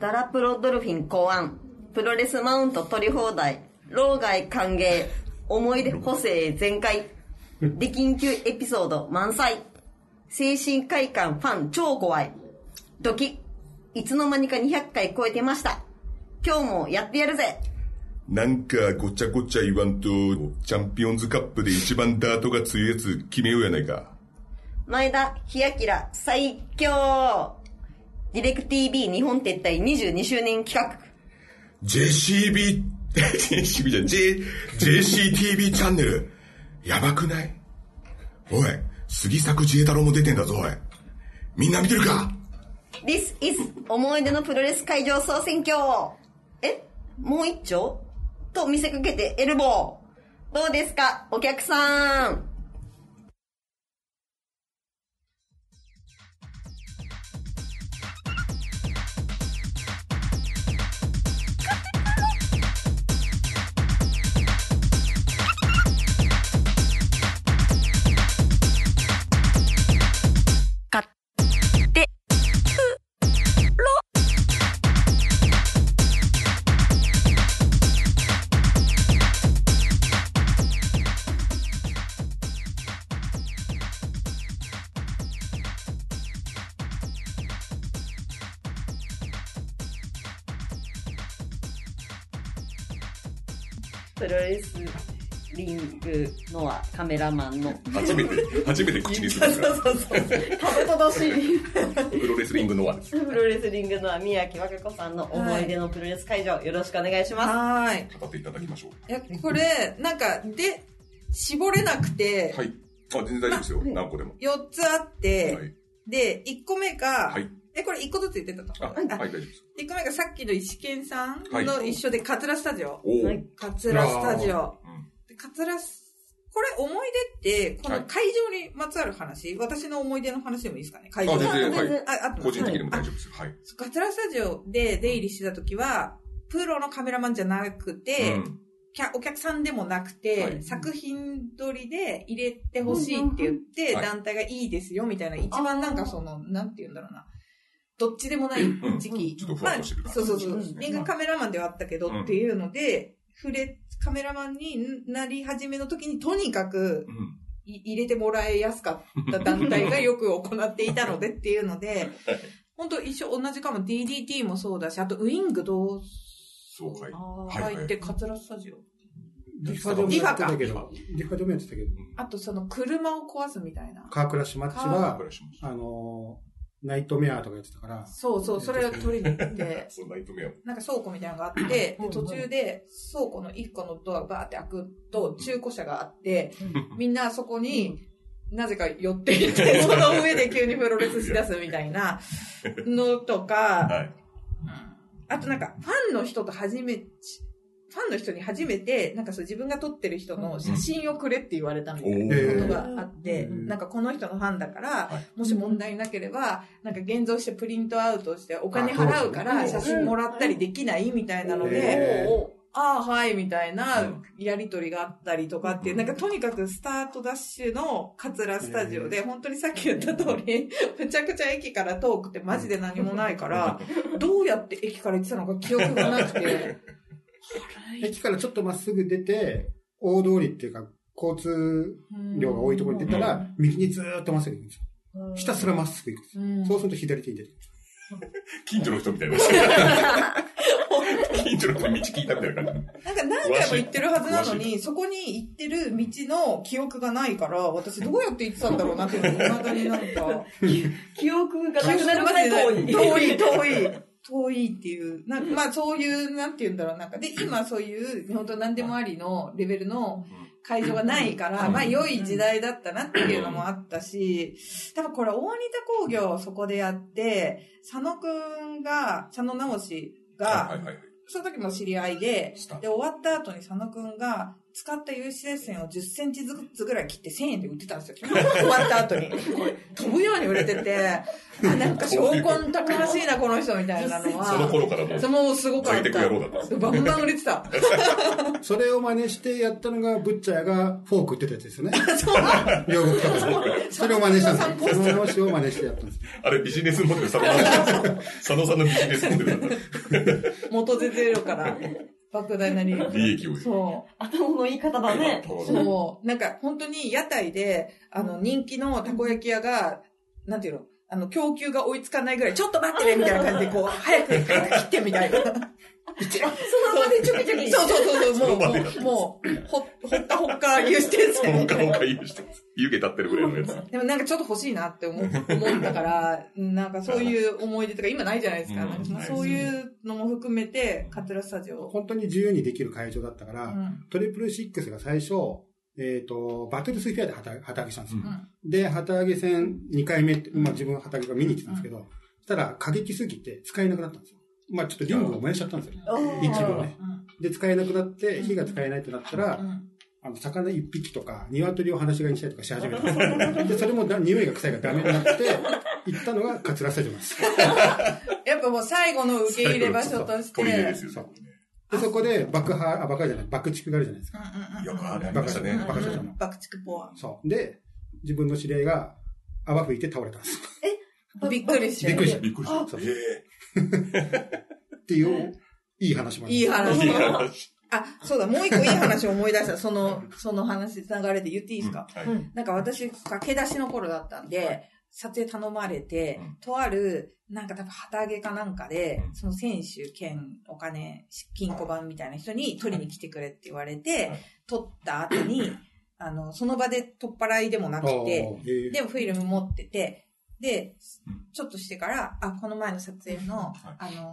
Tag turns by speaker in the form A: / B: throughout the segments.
A: ダラプロドルフィン考案。プロレスマウント取り放題。老害歓迎。思い出補正全開。で緊急エピソード満載。精神快感ファン超怖い。ドキッ。いつの間にか200回超えてました。今日もやってやるぜ。
B: なんかごちゃごちゃ言わんと、チャンピオンズカップで一番ダートが強いやつ決めようやないか。
A: 前田、日明、最強ディレク TV 日本撤退22周年企画。
B: JCB、JCB じゃん、J、JCTV チャンネル。やばくないおい、杉作自衛太郎も出てんだぞ、おい。みんな見てるか
A: This is 思い出のプロレス会場総選挙えもう一丁と見せかけてエルボー。どうですかお客さん。
C: 買ってくろ
A: プロレスリングのはカメラマンの。
B: 初めて、初めて口にするから。
A: そうそう。たぶとどしい。
B: プロレスリングの輪です。
A: プロレスリングのは宮城和歌子さんの思い出のプロレス会場。よろしくお願いします。
D: はーい。
B: 語っていただきましょ
D: いや、これ、なんか、で、絞れなくて、
B: う。はい。あ、全然大丈夫ですよ。何個でも。
D: 4つあって、
B: はい。
D: で、1個目が、
B: はい。
D: え、これ1個ずつ言ってたと。
B: あ、はい、大丈夫です。
D: 1個目がさっきの石健さん
B: はい
D: の一緒で、カツラスタジオ。
B: おー。
A: はい
D: カツラスタジオ。
B: うん
D: でカツラス、これ思い出って、この会場にまつわる話、私の思い出の話でもいいですかね、会場
B: あ全然
A: 全然
D: あ、あってます
B: 個人的にも大丈夫です。はい。
D: そうカツラスタジオで出入りしてた時は、プロのカメラマンじゃなくて、
B: うん
D: きゃお客さんでもなくて、
B: はい
D: 作品撮りで入れてほしいって言っ
B: う
D: て、
B: んうんうん
D: 団体がいいですよみたいな、一番なんかその、なんて言うんだろうな。どっちでもない
B: うん
D: 時期。
B: ちょっとふわっとしてる
D: ま
B: 感
D: あ
B: じ
D: そうそうそう。
A: そうです
D: 映
A: ね
D: 画カメラマンではあったけど
B: うん
D: っていうので、触れ、カメラマンになり始めの時にとにかく
B: うん。
D: い入れてもらいやすかった団体がよく行っていたのでってい うので、本当一緒同じかも DDT もそうだし、あとウィング同
B: そうかい。
D: 窓
B: はいはい
D: 入ってカツラスタジオ。
E: リファでもやってたけ
D: リフ
E: ど、リファでもやってたけど、
D: あとその車を壊すみたいな。
E: カークラッシュマッチ
B: お
E: は
B: 願、いします
E: あのー、ナイトメアとかやってたから、
D: そうそう、それを取りに行 って、
B: そんな意図目を。
D: なんか倉庫みたいなのがあって、で
A: うんうん
D: 途中で倉庫の1個のドアバーって開くと中古車があって、みんなそこになぜか寄ってい って、その上で急にプロレスしだすみたいなのとか、
B: はい。
D: あとなんかファンの人と初めて、ファンの人に初めて、なんかそう自分が撮ってる人の写真をくれって言われたみたいな。
B: お
D: こと
B: ー。
D: があって、
E: うん
D: なんかこの人のファンだから、
B: は
D: もし問題なければ、なんか現像してプリントアウトしてお金払うか
E: あ
D: ら写
E: そうですね
D: 真もらったりできないみたいなので、
E: へー
D: ああ、はい、みたいな
B: うん
D: やりとりがあったりとかっていう、なんかとにかくスタートダッシュの桂スタジオで、本当にさっき言った通り、 むちゃくちゃ駅から遠くてマジで何もない から、どうやって駅から行ってたのか記憶がなくて、
E: 駅からちょっとまっすぐ出て、大通りっていうか、交通量が多いところに出たら、右にずーっとまっすぐ行くんですよ。ひたすらまっすぐ行くんですよ。
D: うん
E: そうすると左手に出てくる。
B: 近所の人みたいな。近所の人に道聞いたみたいな感
D: なんか何回も行ってるはずなのに、そこに行ってる道の記憶がないから、私どうやって行ってたんだろうなっていうのが、未だになんか、
A: 記憶がなくなるぐらい遠い。
D: 遠い、遠い、遠いっていう、なんかまあそういう、なんて言うんだろう、なんか、で、今そういう、本当何でもありのレベルの会場がないから、まあ良い時代だったなっていうのもあったし、多分これ大仁田工業をそこでやって、佐野くんが、佐野直し
B: じ。は
D: が
B: い、はいはい。
D: その時も知り合いで
B: スタッ、フ
D: で、終わった後に佐野くんが、使った有刺鉄線を10センチずつぐらい切って1000円で売ってたんですよ。 終わった後に。これ飛ぶように売れてて、 あ、なんか証拠たくましいな、この人みたいなのは。
B: その頃からもう
D: そのすごかっ
B: ついてく
D: た。
B: 野郎だったんです
D: バンバン売れてた。
E: それを真似してやったのが、ブッチャーがフォーク売ってたやつです よね。
D: そう
E: 両国とかで。それを真似した んですよ。その話を真似してやったんです。
B: あれビジネスモデル佐野さんだった佐野さんのビジネスモデルだった。
D: 元出てるから、莫大な利益。
B: 利益を。
D: そう。
A: 頭の言い方だね。
D: そう。なんか本当に屋台で、あの人気のたこ焼き屋が、なんていうのあの、供給が追いつかないぐらい、ちょっと待ってねみたいな感じで、こう、早く、早く切ってみたいな。
A: その場でちょきちょき。
D: そうそうそう、
B: そ
D: そ
B: の
D: う
B: 場
D: も
B: で
D: う、もう、もう、ほ、ほったほっか言うしてんす
B: ほ
D: よ
B: かほか言うしてます湯気立ってるぐらいのやつ。
D: でもなんかちょっと欲しいなって思思ったから、なんかそういう思い出とか今ないじゃないですか。
B: うん
D: なんかまあそういうのも含めて、カツラスタジオを。
E: 本当に自由にできる会場だったか
D: う
E: ら、
D: ん
E: トリプルシックスが最初、えっ、と、バトルスフィアで旗旗揚げしたんですよ。
D: うん
E: で、旗揚げ戦2回目って、まあ自分旗揚げが見に行ってたんですけど、そしたら過激すぎて使えなくなったんですよ。まあちょっとリングが燃やしちゃったんですよ。一部ね。で、使えなくなって、火が使えないってなったら、
D: うん
E: あの、魚一匹とか、鶏を放し飼いにしたりとかし始めたんです よで、それもだ匂いが臭いからダメになって、行ったのが桂スタジオなんです。
D: やっぱもう最後の受け入れ場所として。
B: 取り入れですよね。
E: で、そこで爆破、あ、爆破じゃない、爆竹があるじゃないですか。
D: うんうんうん
B: よくありましたね。
E: 爆竹の
D: 爆竹ポア。
E: そう。で、自分の知り合いが泡吹いて倒れたんです。
D: びっくりして。
E: びっくりした。
B: びっくりした。え
E: っていう、いい話もあり
D: いい
E: ます
B: えいい
D: 話。
B: 話。
D: あ、そうだ、もう一個いい話を思い出した。その、その話、流れで言っていいですか、
B: うんはい
D: なんか私、駆け出しの頃だったんで、撮影頼まれて、
B: うん
D: とある、なんか多分旗揚げかなんかで、
B: うん
D: その選手兼お金、金庫番みたいな人に取りに来てくれって言われて、
B: はい
D: 撮った後に、あの、その場で取っ払いでもなくて、
E: おーえー
D: でもフィルム持ってて、で
B: うん、
D: ちょっとしてから、あ、この前の撮影の、
B: い
D: あの、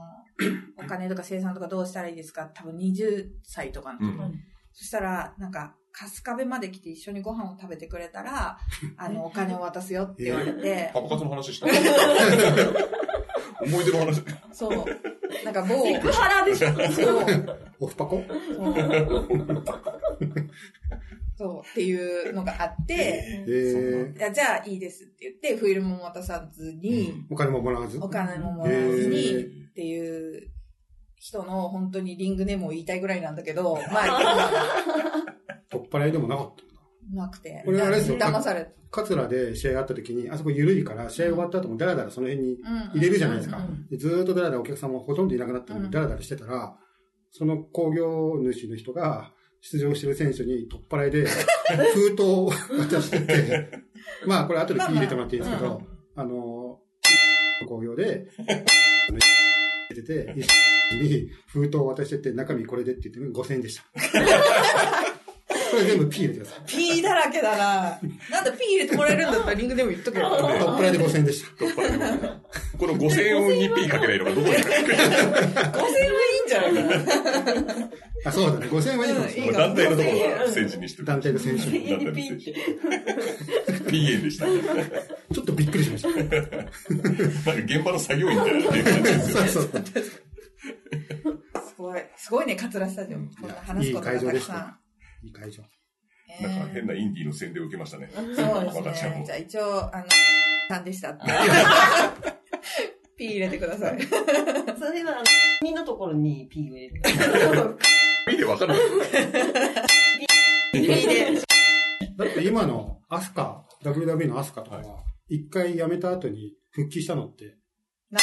D: お金とか生産とかどうしたらいいですか多分20歳とかの時、
B: うん
D: そしたら、なんか、春日部まで来て一緒にご飯を食べてくれ たら、あの、お金を渡すよって言われて、
B: パパ活の話した。思い出の話。
D: そう、な んか某、
A: セクハラでしょ。
D: そう、
E: オフパコ
D: そう、そうっていうのがあって、
E: え
B: え
E: ー
D: いやじゃあいいですって言って、フィルムも渡さずに、
E: お金ももらわず。
D: お金ももらわず
E: へ
D: に
E: ー
D: っていう人の本当にリングネームを言いたいぐらいなんだけ ど、まあ、
E: 取っ払いでもなかった。
D: なくて。
E: これあれですよ
D: 騙された。
E: 桂で試合があった時に、あそこ緩いから、試合終わった後もダラダラその辺に入れるじゃないですか。
D: うんうんうん
E: でずーっとダラダラお客さんもほとんどいなくなったの
D: う
E: に
D: ん
E: ダラダラしてたら、その工業主の人が出場してる選手に取っ払 いで封筒を渡してて、まあこれ後で入れてもらっていいですけ
D: まあ
E: ど、あの、工 業で、出てて、に封筒を渡してて、中身これでって言って5000円でした。 これ全部 P 入れてくださ い。
D: ピーだらけだな。なんだピー入れてもらえるんだったらリングネーム言っとけよ。
E: 取っ払いで5000円でした。
B: この5000円に P かけないのがどこにかけない
D: 5000円はいいんじゃないか
E: あ、そうだね。5000円はいいかもしれ
D: うんいい
E: ない。
B: 団体のところの選手にして
E: 団体の選手に。
B: 団体の選手。P 円でした。なんか
E: ちょっとびっくりしました。
B: 現場の作業員みたいな感じですよ
E: そうそう。
D: な。 すごい。すごいね、桂スタジオ。こんな話すことが
E: いい会
D: た
E: 場
D: く
E: でし
D: さん
E: た。いい会場。
D: ね
B: なんか変なインディーの宣伝を受けましたね。
D: そう
B: 若
D: です
B: ちゃん
D: ね。
B: も
D: じゃあ一応、あの、さんでした って。ピー入れてください。
A: それは、みんなところに P を入れる。
B: 見てわかる
D: ピーで。
E: だって今のアスカ、WWE のアスカとかは、一回辞めた後に復帰したのって、
B: だ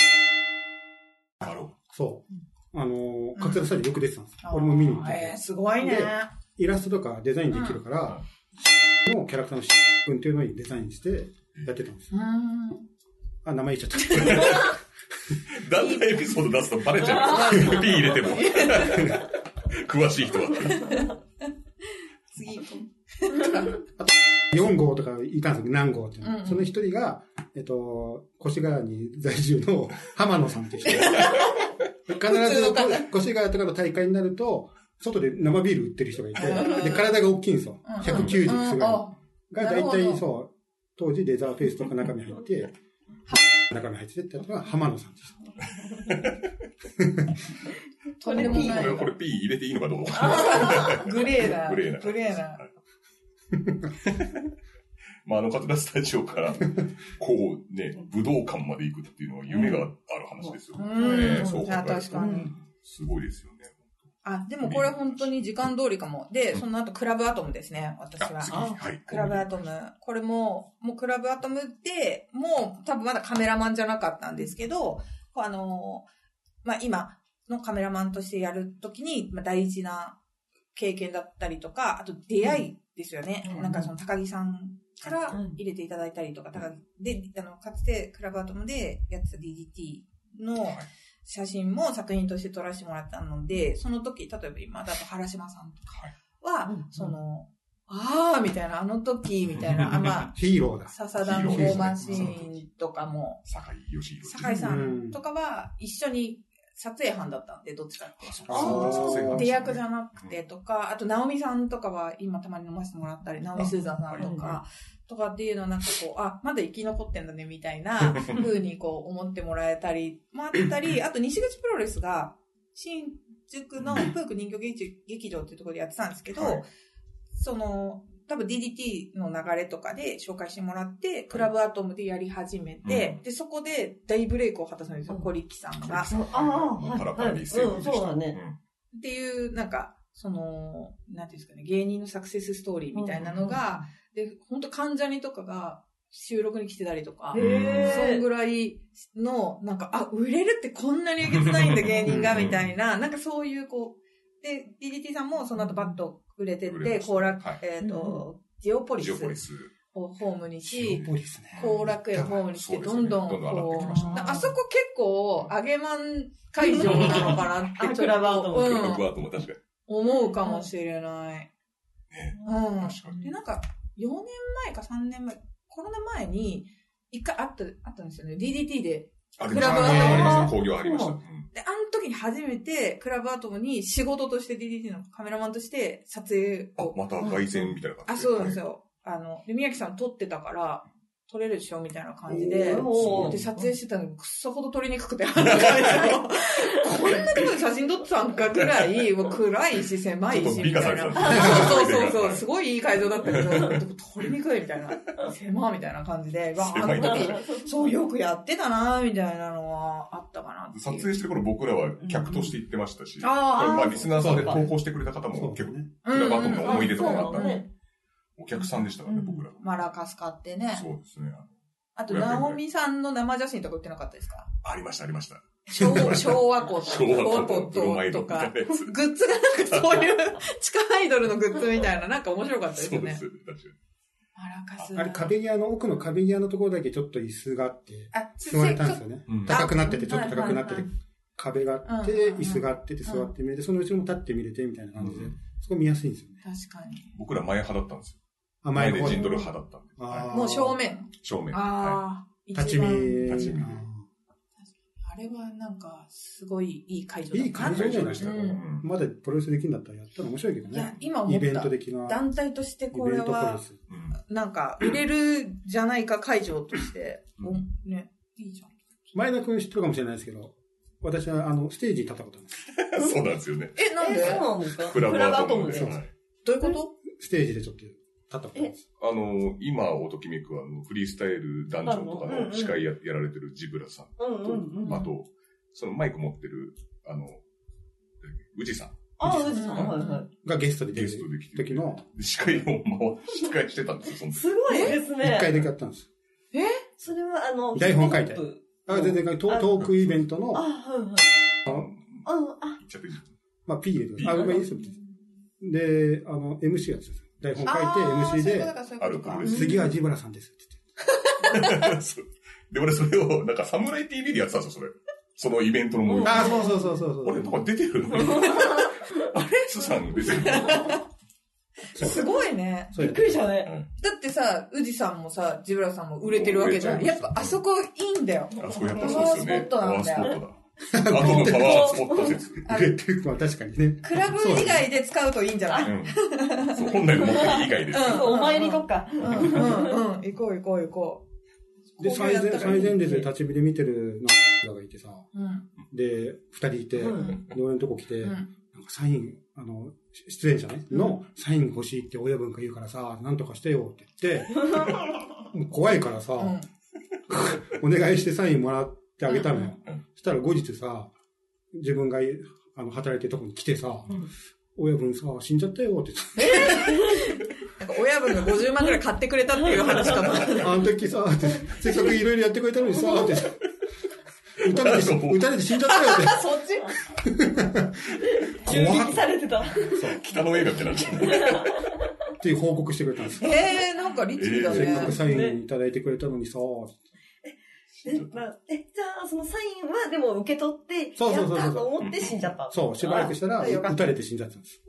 B: ろ
E: そう。あのー、桂スタジオよく出てたんですよ。俺も見に行ったけど
D: えーすごいね。
E: でイラストとかデザインできるから、のキャラクターの君っていうのにデザインしてやってたんです
D: う
E: よ。
D: ん。
E: あ、名前言っちゃった。
B: う。団体エピソード出すとバレちゃう。P 入れても。詳しい人は。
D: 次行こう。
E: 4号とかいたんですよ、何号っていうの
D: うんうん
E: その一人が、えっと、越谷に在住の浜野さんって いう人。必ず
D: 普通の方
E: 越谷とかの大会になると、外で生ビール売ってる人がいて、で、体が大きいんですよ。190いくつぐらい。
D: あ
E: が
D: なる
E: 大
D: ほど
E: 体そう、当時レザーフェイスとか中身入って、中身入ってたのが浜野さんでし
D: そうでもない
B: これ P 入れていいのかどうか。
D: グレーな
B: グレーな
D: グレーな
B: まあ、あのカトラスタジオから、こうね、武道館まで行くっていうのは夢がある話ですよ。
D: うん
B: ええそう考えると
D: あ確かに
B: すごいですよね。
D: あでもこれ本当に時間通りかもでその後クラブアトムですね私は
B: あ、次、はい。
D: クラブアトム。これも、もうクラブアトムで、もう多分まだカメラマンじゃなかったんですけど、あのーまあ今のカメラマンとしてやるときに、まあ大事な経験だったりとか、あと出会いですよね。なんかその高木さんから入れていただいたりとか、高木で、あの、かつてクラブアトムでやってた DDT の
B: はい
D: 写真も作品として撮らせてもらったので、その時、例えば今だと原島さんとかは、その、ああ、みたいな、あの 時、みたいな、あ、まあ、
E: ヒーローだ。
D: 笹団子マシーンとかも、
B: 酒井義弘。
D: 酒井さんとかは一緒に撮影班だったんで、どっちかっていうと。
B: あそうそう
D: 出役じゃなくてとか、あと、直美さんとかは今たまに飲ませてもらったり、直美スーザンさんとか、とかっていうのはなんかこう、あ、まだ生き残ってんだね、みたい な風にこう思ってもらえたりもあった り、あと、西口プロレスが、新宿のプーク人形劇劇場っていうところでやってたんですけど、
B: はい
D: その、多分 DDT の流れとかで紹介してもらって、クラブアトムでやり始めて、で、そこで大ブレイクを果たすんですよ、小力さんが。
A: あ
B: もうパラパラで一世
A: うん、そうだね。。
D: っていう、なんか、その、なんていうんですかね、芸人のサクセスストーリーみたいなのが、で、本当関ジャニとかが収録に来てたりとか、
B: へ
D: そんぐらいの、なんか、あ、売れるってこんなに受けてないんだ、芸人が、みたいな、なんかそういう、こう、で、DDT さんもその後バッと売れてっ
B: 売れま
D: て、
B: した
D: 後楽、
B: はい
D: えっ、と、ジオポ
B: うん
D: リ
B: ジ
D: ス
B: オポリス。
D: をホームに
B: ジ
D: し
B: オ、
E: 多いですね。
D: 後楽園ホームにして、どんどん、
B: そうですねどんどん上がって
D: こ
B: きまし
D: う、あそこ結構、揚げまん会場なのかなって、ちょっと
A: クラブアウトも
D: うん
B: 僕はとも確かに。
D: 思うかもしれない。
B: 確か
D: うん。
B: に
D: で、なんか、4年前か3年前、コロナ前に、一回あった、あったんですよね。DDT で。
B: あ、
D: クラブアトム
B: ありました。工業ありました。うん
D: で、あの時に初めて、クラブアトムに仕事として DDT のカメラマンとして撮影
B: あ
D: を、。
B: また外線みたいな感じ
D: あ、そうなんですよ。あの、で、宮城さん撮ってたから、撮れるでしょみたいな感じで。
A: おー
D: で、撮影してたのに、くっそほど撮りにくくて、 あの彼氏もこんなとこで写真撮ってたんかぐらい、もう暗いし、狭い
B: ちょっ
D: し、
B: と
D: み
B: 美
D: た
B: 化
D: い
B: さ
D: な。
B: れてたんです ね
D: そうそうそうそう、すごいいい会場だったけど、撮りにくいみたいな、狭みたいな感じで、わあ、あ
B: 狭い
D: の時、そう、よくやってたな、みたいなのはあったかなっていう。
B: 撮影してる頃僕らは客として行ってましたし、
D: んあー
B: これまあリスナーさんで
E: そう
B: 投
E: か
B: 稿してくれた方も
E: そうで
B: 結
E: す
B: 構
E: ね。
B: クラブアトム
D: うんうん
B: の
D: うん
B: 思い出とかもあったん
A: う
B: で
A: ん、
B: お客さんでしたからね、
A: うん
B: 僕らは。
D: マラカス買ってね。
B: そうですね。
D: あと、ナオミさんの生写真とか売ってなかったですか
B: ありました、ありました。
D: 昭昭和校と
B: 昭和
D: と
B: のブロマイド
D: と
B: みた
D: か
B: い、なやつ。
D: グッズがなんかそういう地下アイドルのグッズみたいな、なんか面白かったです
B: そ
D: よ
B: うで
D: ね
B: す。。確かに。
D: マラカス
E: あれ壁際の奥の壁際のところだけちょっと椅子があって、
D: あ、
E: 座れたんですよね。
B: うん
E: 高くなってて、ちょっと高くなって
D: はい
E: て
D: は、
E: 壁があっ
D: うんうん
E: て、
D: うん
E: 椅子があってて、座ってみれて、その後ろも立ってみれてみたいな感じで
B: うん、
E: そこ見やすいんですよね。
D: 確かに。
B: 僕ら前派だったんですよ。
E: 甘
B: 前
E: い
B: で
E: の方
B: 陣
E: に
B: 取る派だったんで。
E: あ
B: は
E: ー
D: もう正面。
B: い正面。は
D: ああ、一
E: 立ち見。
D: 番。
B: 立ち見
E: あー
D: あれはなんか、すごいいい会場だったない
E: い
B: い。
E: 会
B: 会
E: 場じゃ
B: 場
E: な
B: で
E: い
B: したから。
D: う
B: うんん
E: まだプロレスできるんだったらやったら面白いけど
D: いや
E: ね、。
D: 今思
E: イ
D: っ
E: ベン
D: た
E: ト。的な。
D: 団体として
E: イ
D: こ
E: ベ
D: れ
E: ントプロレ
D: は、
E: ス。
B: うん
D: なんか、売れるじゃないか会場として、おね、いいじゃん。
E: 前田君知ってるかもしれないですけど、私はあの、ステージに立ったことあるんです。
B: そうなんですよね。
D: え、なん
A: え、そう
D: で
A: なんですか
B: クラブアトム
A: ク
B: で。
A: ラ
B: はい
D: どういうこと
E: ステージでちょっと立ったことあるんです。
B: あの、今をときめくあの、フリースタイルダンジョンとか
A: うんう
B: の
A: ん
B: 司会ややられてるジブラさん
A: うんうんうん。
B: と、あと、そのマイク持ってる、あの、宇治さん、
A: あ、そうですはいは
E: がゲストで出
B: ゲストで来
E: る
B: て
E: 時の、
B: 司会を回司会してたんですよ、その
A: い。
B: 時
A: すごいです
E: 一回
A: ね。
E: だけやったんです。
A: それはあの、
E: 台本書い
A: ヒ
E: て
A: ップホップ
E: あ、全然トートークイベントの
A: あ、、はいはい。あ、あ、
B: 言っちゃってる
E: まあ、P 入れてください。
B: P
E: あ、まあいいですよ、みたいな。で、あの、MC やってたんですよ。台本書いて MC で、
D: あーそういう
B: あ
D: こと
B: る
D: か
B: プロレ
D: そういうことか。
B: ス。
E: 次はジブラさんですって
B: そうで、俺それを、なんか、サムライ TV でやってたんですよ、それ。そのイベントのも
E: 言
B: う
E: って。あ、そうそうそうそうそう。
B: 俺、なんか出てるのアレックスさん出てる
D: すごいね。
E: そう
A: びっくりしたね。
D: だってさ、宇治さんもさ、ジブラさんも売れてるわけじゃん。
B: 売れち
D: や
B: ゃいま
D: っ
B: した
D: ぱあそこいいんだよ。
B: あそこやっぱそうですよね。
D: パ
B: パ
D: ワ
B: ワ
D: ー
B: ー
D: ス
B: ス
D: ポ
B: ポッ
D: ッ
B: トだ。あとのパワースポット説。
E: 売れてる まあ確かにね。
D: クラブ以外で使うといいんじゃない
B: うんそう本来の目的以外です。
A: お参り行こっか。
D: うんうんうん。行こう行こう行こう。
E: で、
D: こういう
E: 最
D: やったら
E: 前
D: いい
E: 最前列で立ち見で見てるのがいてさ、
D: うん。
E: で、二人いて、
D: うん
E: で俺のとこ来て、
D: うん
E: なんかサイン、あの、し出演者ね、のサイン欲しいって親分が言うからさ、なんとかしてよって 言って、もう怖いからさ、
D: うん
E: お願いしてサインもらってあげたのよ。
D: うんうん
E: そしたら後日さ、自分があの働いてるとこに来てさ、
D: うん
E: 親分さ、死んじゃったよって
D: なんか親分が50万くらい買ってくれたっていう話かも。
E: 言って、あの時さ、ってせっかくいろいろやってくれたのにさ、って。撃たれて、撃たれて死んじゃったよっ
F: そっち
E: て。
F: 銃
E: 怖っ
F: 撃されてた。
B: 北の映画ってなっちゃう。
E: っていう報告してくれたんですよ。
D: えー、なんか律儀だ
E: せっかく
D: ね。
E: サインいただいてくれたのにさ、
A: え、まあ、え、じゃあ、そのサインはでも受け取って、
E: そうそうそうそう
A: やったと思って死んじゃった。
E: そう、しばらくしたら、
A: あよかっ
E: 撃
A: た
E: たれて死んじゃったんです。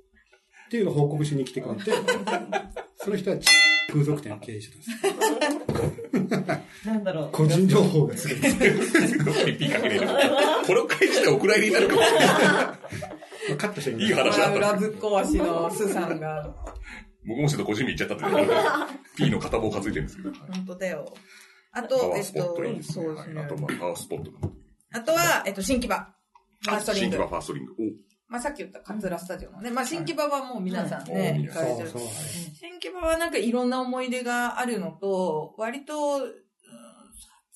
E: っていうのを報告しに来てくれて、その人は風俗店を経営してたんです。
F: なんだろう。
E: 個人情報がすごい。
B: ピーかけねえこれを返したらお蔵入りになるかもしれない。
E: まあカットしてみ
B: いい
E: ます。
B: 話だった
D: 裏ぶっ壊しのスーさんが。
B: 僕もちょっと個人名言っちゃったんで、P の片棒担いでるんですけど。はい
D: 本当だよ。あ
B: パ
D: と、
B: ワ
D: え
B: ー
D: っ
B: スポッ
D: と
B: トいいで、すね。
D: そう
B: は
D: で
B: い
D: す
B: あ
D: ね。
B: と、まあ、パワースポットとか。
D: あとは、えっと、新木場。ファーストリ
B: 新
D: ン
B: 木
D: グ。
B: 場ファーストリング。
D: まあ、さっき言った桂スタジオのね。まあ、新木場はもう皆さん
B: はい
D: ね、行かれて
E: そう
D: る
E: そう。
D: 新木場はなんかいろんな思い出があるのと、割と、うん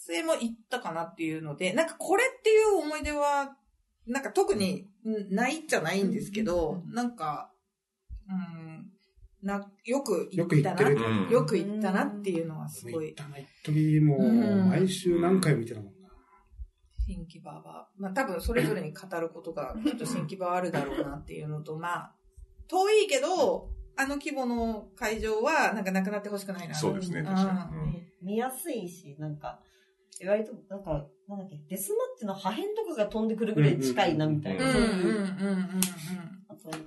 D: 撮影も行ったかなっていうので、なんかこれっていう思い出は、なんか特にうんないっちゃないんですけど、なんか、うん、な、よく
E: よく行ってる。
B: うん
D: よく行ったなっていうのはすご
E: 行っ
D: い、
E: たな、一時もう、
D: うん
E: 毎週何回も見てたもんな。
D: 新木場は。まあ多分それぞれに語ることが、きっと新木場はあるだろうなっていうのと、まあ、遠いけど、あの規模の会場は、なんかなくなってほしくないな。
B: そうですね、
D: うん
B: 確かに。うん
F: ね見やすいし、なんか、割と、なんか、なんだっけ、デスマッチの破片とかが飛んでくるぐらい近いな、みたい
D: うん
F: な。
D: うん
F: そう
D: うん
F: いう
D: うんうん。
F: あと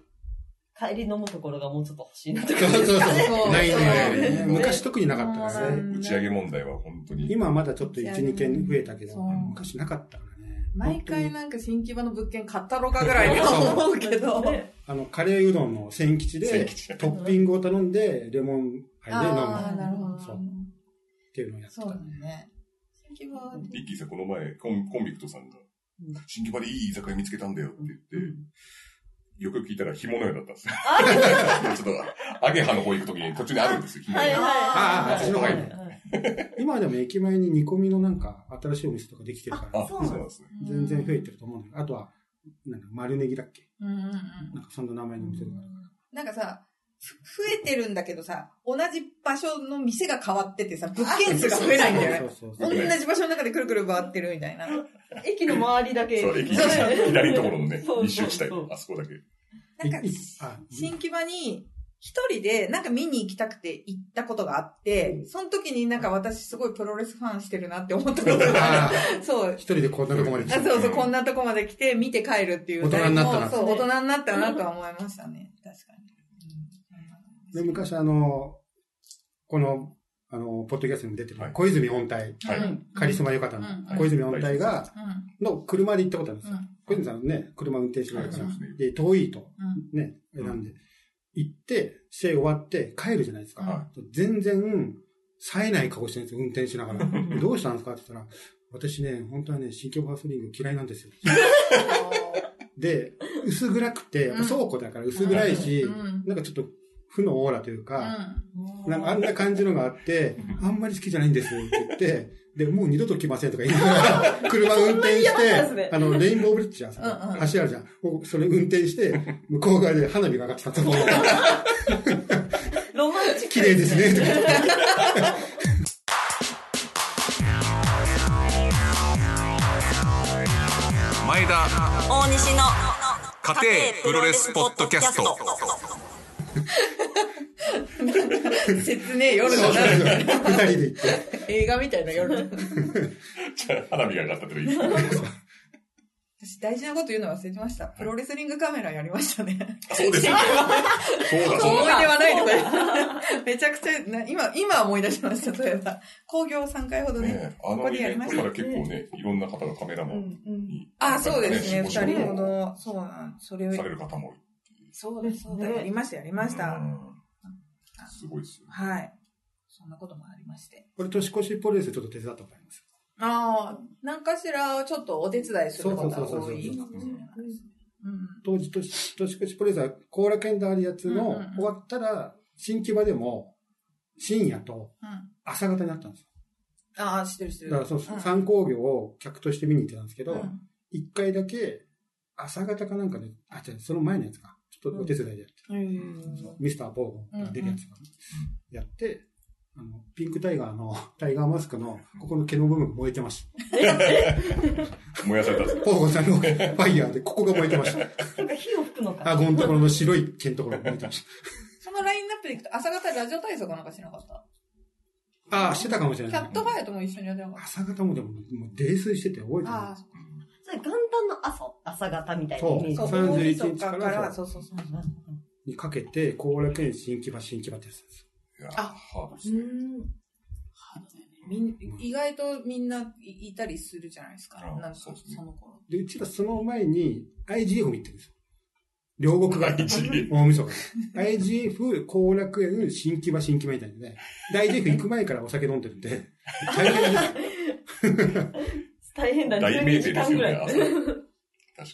F: 帰り飲むところがもうちょっと欲しいなとか。
E: そうそ
D: そ
E: うそうう。ないね
D: そ。う
E: 昔特になかったからね。
B: 打ち上げ問題は本当に。
E: 今はまだちょっと1、2件増えたけど、
D: そう
E: 昔なかったからね。
D: 毎回なんか新木場の物件買ったろかぐらいには思うけ ど。
E: あの、カレーうどんの千吉
B: 千
E: で
B: 吉、
E: トッピングを頼んで、レモン杯で飲む
D: ああ、なるほど。
E: そうっていうのをやって
D: そう
E: た
D: だ。ね。新木場はね
B: リッキーさん、この前、コンコンビクトさんが、新木場でいい居酒屋見つけたんだよって言って、よくよく聞いたら紐のようだったんですよ。 ちょっと、アゲハの方行くときに途中にあるんですよ、紐が
F: はいはい。
E: ああ、あっちの方がいい
F: は
E: ね。
F: い
E: 今はでも駅前に煮込みのなんか、新しいお店とかできてるから
B: あ、、そうなんですね。
E: 全然増えてると思うんだけど、あとは、なんか丸ネギだっけ
D: うんうんうん。
E: なんかそんな名前のお店がある。
D: なんかさ、ふ増えてるんだけどさ、同じ場所の店が変わっててさ、物件数が増えないんだよね。
E: そうそうそ
D: 同
E: う。
D: じ場所の中でくるくる回ってるみたいな。
F: 駅の周りだけ。
B: そう、駅左のところのね
F: そう、そう
B: 密集地
F: そう
B: 帯、あそこだけ。
D: なんか
E: いいあ
D: 新木場に一人でなんか見に行きたくて行ったことがあって、その時になんか私すごいプロレスファンしてるなって思ったことがあ
E: あー
D: る。 そう
E: 一。人でこんなとこまで来
D: あ
E: た
D: そうそう、こんなとこまで来て見て帰るっていう。
E: 大人になったな
D: そう、大人になったなとは思いましたね。確か
E: で昔あの、この、あの、ポッドキャストにも出てる
B: はい、
E: 小泉音体、
D: に。
B: はい。
D: うん
E: カリスマよかったの
D: うん、
E: 小泉音体が、
D: う
E: の車で行ったことあるんですよ
D: う。
E: 小泉さんね、車運転しな
B: は
E: が
B: い
E: ら
B: そうですね、
E: で、遠いと、
D: ん。
E: ね、選んで、行って、試合終わって帰るじゃないです
B: は
E: か。全然、冴えない顔してるんですよ、運転しなが ら。でどうしたんですかって言ったら、私ね、本当はね、新京バースリング嫌いなんですよ。で、薄暗くて、やっぱ倉庫だから薄暗いし、
D: うん
E: なんかちょっと、負のオーラという
D: う
E: か、
D: ん。
E: なんかあんな感じのがあって、あんまり好きじゃないんですって 言って、で、もう二度と来ませんとか言いながら、車運転し
F: そんな嫌だった
E: て、
F: んですね
E: あの、レインボーブリッジあさ、
D: うんうん
E: 橋あるじゃん。こうそれ運転して、向こう側で花火が上がってたと思う。
F: ロマンチック。
E: 綺麗ですね、とか言って。
G: 前田
C: 大西の
G: 家庭プロレスポッドキャスト
D: 切ねえ夜のな
E: 二人で行って。
D: 映画みたいな夜。
B: じゃあ花火が上がったってのいい。
D: 私大事なこと言うの忘れてました。プロレスリングカメラやりましたね。
B: あそうですよね。そうだ、そう
D: 思
B: だ。
D: い出はないとかめちゃくちゃな、今、今思い出しました、そういえば。工業3回ほどね、
B: ねあ
D: ここ
B: のイ
D: でや
B: ベ
D: り
B: ン
D: ま
B: ト
D: し
B: か
D: た
B: ら。結構ね、いろんな方がカメラマン
D: あ、そうですね、
B: ね
D: 2人ほど。そうなん、それを
B: される方も
D: そうです、そうです。やりました、やりまし
B: う
D: た。
B: んすごいですよね。
D: はい。そんなこともありまして。
E: これ年越しプロレスちょっと手伝ったことあります。
D: ああ、なんかしらちょっとお手伝いすることが
E: そうそうそう
D: 多
E: そう
D: いかもしれないですね。うん
E: 当時、年年越しプロレスは、コーラ剣であるやつ
D: うん
E: の
D: うんうん、
E: 終わったら、新木場でも、深夜と
D: うん
E: 朝方になったんですよ。
D: ああ、知ってる知って
E: だ
D: る。
E: からそう、
D: ん
E: 三工業を客として見に行ってたんですけ
D: う
E: ど、
D: ん
E: 一、回だけ、朝方かなんかで、あ、じゃその前のやつか。ちょっとお手伝いでやって、
D: うん
E: ミスター・ポーゴンが出るやつが、やって、あの、ピンクタイガーの、 タイガーマスクの、ここの毛の部分が燃えてました。
B: 燃やされたんです
E: ポーゴンさんのファイヤーで、ここが燃えてました。
F: なんか火を吹くのか。
E: 顎のところの白い毛のところが燃えてました。
D: そのラインナップでいくと、朝方ラジオ体操かなんかしなかった。
E: ああ、してたかもしれ
D: キ
E: ない。
D: ャットファイトも一緒にやってなかっ
E: 朝方もでも、もう泥酔してて覚えて
D: た。ああ
E: な、
A: それ元旦の朝、朝方みたいなイメー
E: う
A: ジ。
E: ん
D: そう、
E: 31
D: 大晦日か、
E: からら
D: そうそうそう。
E: い。にかけて、後楽園新木場、新木場ってやつなんですよ。
B: よ。
D: あ
B: ハードです
D: う
B: ね。
D: んみん意外とみんないいたりするじゃないですか。
B: あ
D: なんか
B: そ
D: そう
B: ですね
D: の頃。
E: で、うちらその前に IGF 見てるんですよ。両国があった。
B: IGF
E: 大晦日が。IGF、後楽園、新木場、新木場みたいなね。で、IGF 行く前からお酒飲んでるん で、大変です。
A: 大変だ、
B: 大名
A: 12時
B: 店で
A: 間
B: すよ
A: ぐら
B: ね、
A: い。
B: 朝。確かに。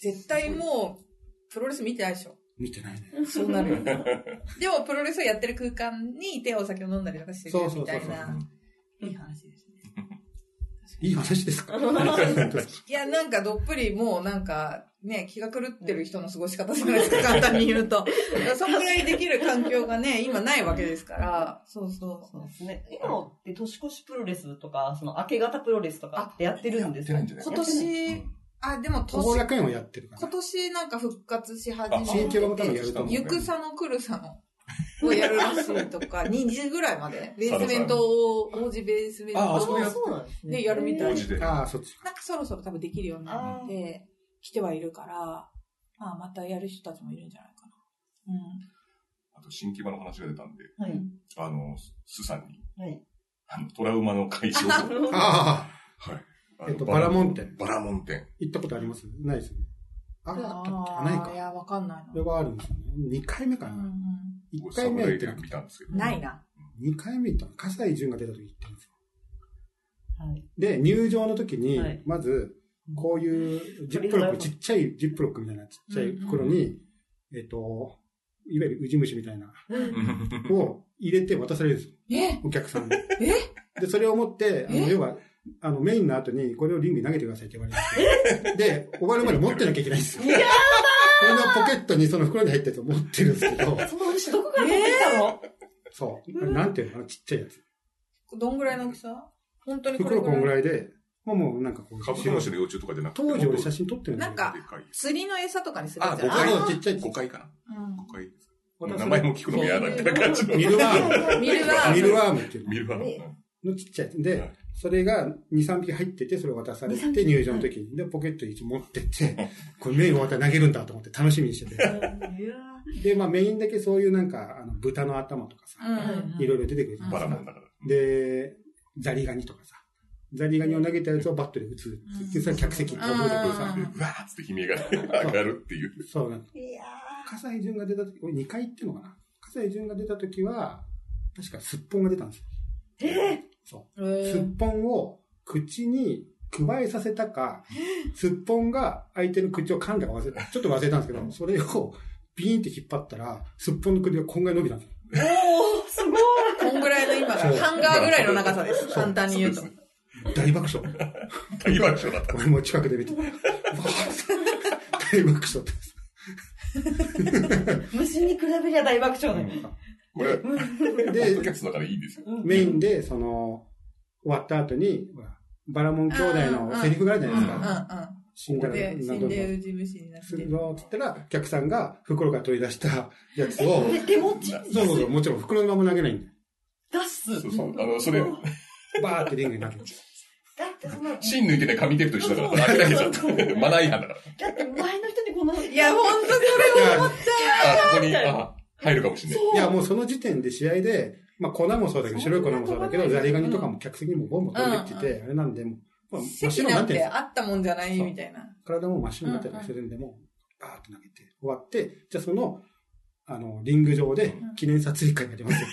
D: 絶対もう、プロレス見てないでしょ。
E: 見てないね。
D: そうなるよね。 でも、プロレスをやってる空間にいてお酒を飲んだりとかしてる
E: そうそ
D: み
E: うそ
D: た
E: う
D: い
E: そう
D: な。いい話ですね。
E: いい話です か
D: いや、なんかどっぷりもうなんか、ね、気が狂ってる人の過ごし方じゃないですか、簡単に言うと。だからそんぐらいできる環境がね、今ないわけですから。そうそう
A: そうですね。今って年越しプロレスとか、その明け方プロレスとかってやってるんですか
B: やってないんじゃ
D: 今
B: ない
D: 年、あ、でも
E: 後
D: 年、
E: 楽園はやってるから
D: 今。年なんか復活し始め
B: あ
E: 新木場も多分
D: て
E: やると思う。
D: ゆくさの来るさのを やるらしいとか、2時ぐらいまで、ベースメントを、王子ベースメン
B: あ
D: ト
B: あそう
D: を
B: や
A: そうなんですね。
D: ね、やるみたい
B: 王。子で。
E: ああ、そっちか。
D: なんかそろそろ多分できるようになって、来てはいるから、まあまたやる人たちもいるんじゃないかな。うん。
B: あと、新木場の話が出たんで、
A: はい。
B: あの、スさんに、
A: はい
B: あの、トラウマの解消を。
E: ああ、
B: はい。
E: えっとバラモン店
B: バラモン店。
E: 行ったことありますないですよね。あ、あったっ
D: あ
E: けない
D: ー
E: か
D: い。や、わかんない
E: これはあるんですよね。2回目か
D: な。うんう
E: な。
D: ん
E: 一1回目は行ってなく
B: 見
E: て、
B: たんですけど。
D: ないな。
E: 2回目行ったの。笠井淳が出た時行ってるんですよ。
A: はい。
E: で、入場の時に
A: はい、
E: まず、こういうジップロック、ちっちゃいジップロックみたいなちっちゃい袋に、えっと、いわゆるウジ虫みたいな、を入れて渡されるんですよ。
D: え
E: お客さんに。で、それを持って、あの、
D: え
E: 要は、あの、メインの後に、これをリングに投げてくださいって言われて。で、終わるまで持ってなきゃいけないんですよ。これがポケットにその袋に入ったやつを持ってるんですけど、
A: その牛どこから持ってきたの
E: そう。あれなんていうのかな、ちっちゃいやつ。
D: どんぐらいの大きさ本当にこれ
E: 袋
D: ぐ
E: こんぐ
D: らい。
E: らいで、もうもうなんかこう、
B: カブトムシの幼虫とかじゃなくて。
E: 当時俺
B: も
E: 写
B: っ
E: 真撮ってるんだ
D: なんか
B: とでかい。
D: 釣りの餌とかにする
B: あ、
D: やつじ
B: 5
D: ゃない
B: 回
E: あのちっちゃい
B: 5回かな。5回です。
E: 私
B: 名前も聞くのも嫌だみたいな感じの。
E: ミルワー
D: うん。見る
E: ム。
D: わ。
E: ミルワームっていう
B: 見
E: の
B: るわ。
A: ね
E: のちっちゃいやつ
B: は
E: で
B: い、
E: それが2、3匹入ってて、それを渡され
A: 2 3
E: て入場の時に、で、ポケットに持って って、これメイン終わったら投げるんだと思って楽しみにしてて。で、まあメインだけそういうなんか、あの、豚の頭とかさ、
D: うん。
E: いろいろ出てくるじゃな
B: バ
E: いで
B: ラモ
E: すか
B: ンだから。
E: で、ザリガニとかさ、ザリガニを投げたやつをバットで打つ。で、それ客席に
D: うん
E: 覚えてくるさ
B: で、うわーっつって悲鳴が上がるっていう。
E: そうなんか
A: いや
E: 笠井淳が出た時、俺2回行ってんのかな笠井淳が出た時は、確かすっぽんが出たんですよ。そう。
D: え
E: すっ
D: ー
E: ぽんを口にくわえさせたか、すっぽんが相手の口を噛んだか忘れた。ちょっと忘れたんですけど、それをビーンって引っ張ったら、すっぽんの首がこんがり伸びたんですよ。
D: こんぐらいの今が、
E: そう
D: ハンガーぐらいの長さです。簡単に言うと。
E: 大爆笑。
B: 大爆笑だった。
E: 俺も近くで見て、わあ大爆笑です。
A: 虫に比べりゃ大爆笑だよ。
B: これ、ポッドキ
E: で
B: ャ、ストだからいいんですよ。
E: メインで、その、終わった後に、ほらバラモン兄弟のセリフがあるじゃないです
D: うん
E: か。
D: う
E: 死んだ
D: ん。
E: ら、
D: で、
E: な
D: 心
E: んだ
D: 霊ウジ虫になって
E: するぞ、つったら、お客さんが袋から取り出したや つを、
A: 手持ち
E: そうそうそう、もちろん袋のまま投げないんで。
A: 出す。
B: そうそう。あの、それ、
E: バーってリングに投げて。
A: だってその、だ
B: 芯抜いてない紙テープと一緒だから、開けなきゃいけないマナー違反だから。
A: って前の人にこの、
D: いや、ほんとそれ
E: いや
B: あ、ここに、あ、入るかもしれない。
E: いや、もうその時点で試合で、まあ粉もそうだけど、白い粉もそうだけど、ザリガニとかも客席にもボンボン飛んできてて、あれなんで、もう、まあ真っ
D: 席
E: 白にな
D: な
E: っ
D: ん
E: てるんで
D: て
E: すよ。
D: あったもんじゃないみたいな。
E: 体も真っ白になってたりするんで、もう、バーって投げて、終わ って、じゃあその、あの、リング上で記念撮影会が出ますよ。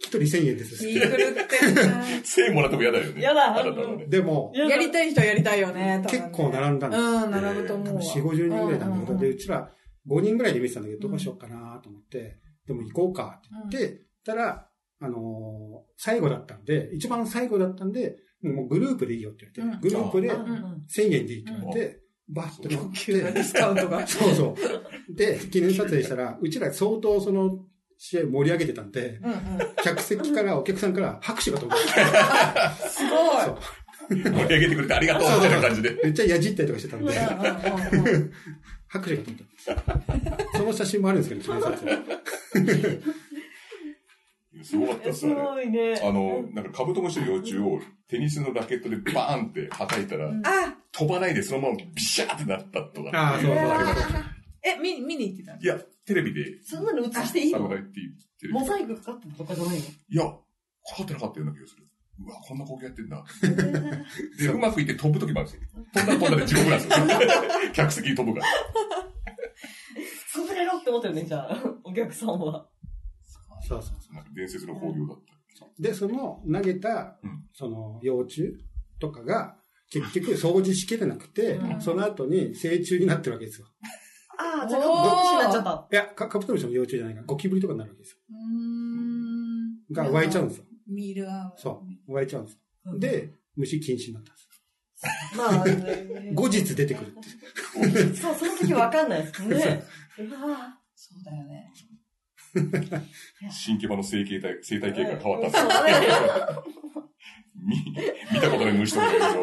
E: 人1000円です。
D: いい狂ってんな
B: 1000円もらっても嫌だよね。
F: 嫌だ
B: あなたはね。
E: でも、
D: やりたい人はやりたいよね。多分ね
E: 結構並んだんです
D: うん、並ぶと思
E: 多
D: う
E: 分
D: わ。
E: 4、50人ぐらいなんだけど、
D: う
E: で、
D: ん
E: うちら5人ぐらいで見てたんだけど、どうしようかなと思って、でも行こうかって言って、たら、あのー最後だったんで、一番最後だったんで、もうもうグループでいいよって言われて、グループで
F: うんうん
E: 1000円でいいって言われて、バッて乗っ
D: 急なディ
E: て、
D: スカウントが。
E: そうそう。で、記念撮影したら、うちら相当その試合盛り上げてたんで、
D: うんうん。
E: 客席からお客さんから拍手が飛ぶ。
D: すごい。
E: そう
B: 盛り上げてくれてありがとうみたいな感じで。
E: めっちゃやじったりとかしてたんで、
D: うん うんうんうん
E: 拍手が飛んだ。その写真もあるんですけど、記念撮影。
B: すごかったっす
F: す
B: ね。
F: ごいね。
B: あの、なんかカブトムシの幼虫をテニスのラケットでバーンって叩いたら、
D: あ、
B: 飛ばないでそのままビシャーってなったとか。
E: ああ、そうそう、ありがとう。
D: え、見、見に行ってたの
B: いや、テレビで、
F: そんなの映していいの
B: 侍って言ってる。
F: モザイクかかってるとかじゃない
B: いや、かかってなかったような気がする。うわ、こんな光景やってんだ。で、うまくいって飛ぶ時もあるんですよ。飛んだら飛んだで地獄なんですよ。 客席に飛ぶから。
F: の 潰れろって思ったよね、じゃあ、 お客さんは。
E: そうそうそ
B: なんか伝説の興行だった。
E: う。で、その投げた
B: うん、
E: その幼虫とかが、結局掃除しきれなくて、
F: うん
E: その後に成虫になってるわけですよ。
F: あ
D: ー
F: あ、
D: じ
F: じ
D: ゃ
F: ゃ
D: あ
F: あ、
D: カブトムシに
F: に
D: なっちゃ
F: なっち
D: っ
F: ゃった。
E: いや、カカブトムシの幼虫じゃないから、ゴキブリとかになるわけですよ。
D: うーん。
E: が湧いちゃうんですよ。
D: 見るわ。
E: そう。湧いちゃうんです。で、虫禁止になったんです。
F: まあ、
E: 後日出てくるって。
F: そう、その時わかんないですね。うわ
D: そうだよね。
B: 新木場の生形態、生態系が変わったんです
F: そう
B: よ。
F: だね。
B: 見見たことない虫とかいろいろ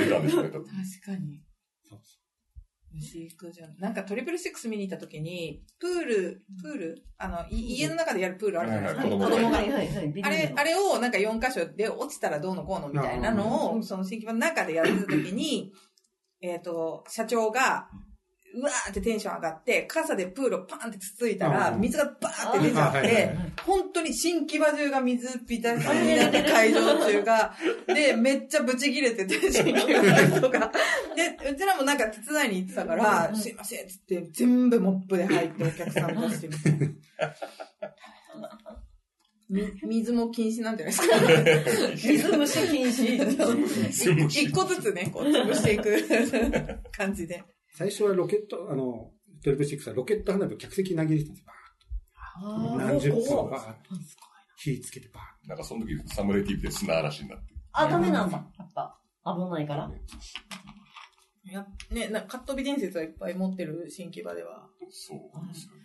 B: 出たんでしょうね、多 分。
D: 確かに。
E: そうそ
D: 虫行くじゃん。なんかトリプルシックス見に行った時に、プール、プールあの、い家の中でやるプールあるじゃないですか。
B: はいはい
D: 子供が
F: はいはいはい。ビ
D: あ
F: ビる
D: れ
F: の、
D: あれをなんか4箇所で落ちたらどうのこうのみたいなのを、その新規場の中でやってた時に、えっと、社長が、うわーってテンション上がって、傘でプールをパーンってつついたら、
E: うん
D: 水がバーって出ちゃっ
E: あーはいはい
D: て
E: は、
D: 本当に新木場中が水浸しになって会場中 が、で、めっちゃブチ切れて て、新木場の人が。で、うちらもなんか手伝いに行ってたから、すいませんっつって、全部モップで入ってお客さん出してみたい な。み水も禁止なんじゃない ですか。
F: 水虫禁止。
B: 水虫
D: 一個ずつね、こう潰していく感じで。
E: う最初はロケット、あの、トリプルシックスはロケット花火を客席に投げ入れてたんですよ。バーッと何十本バーッと火つけてバーッと
B: なんかその時、サムライ TV で砂嵐になって。
F: あ、ダメなんだ。やっぱ、危ないから。
D: やね、なんかカットビ伝説はいっぱい持ってる新木場では。
B: そうですよね。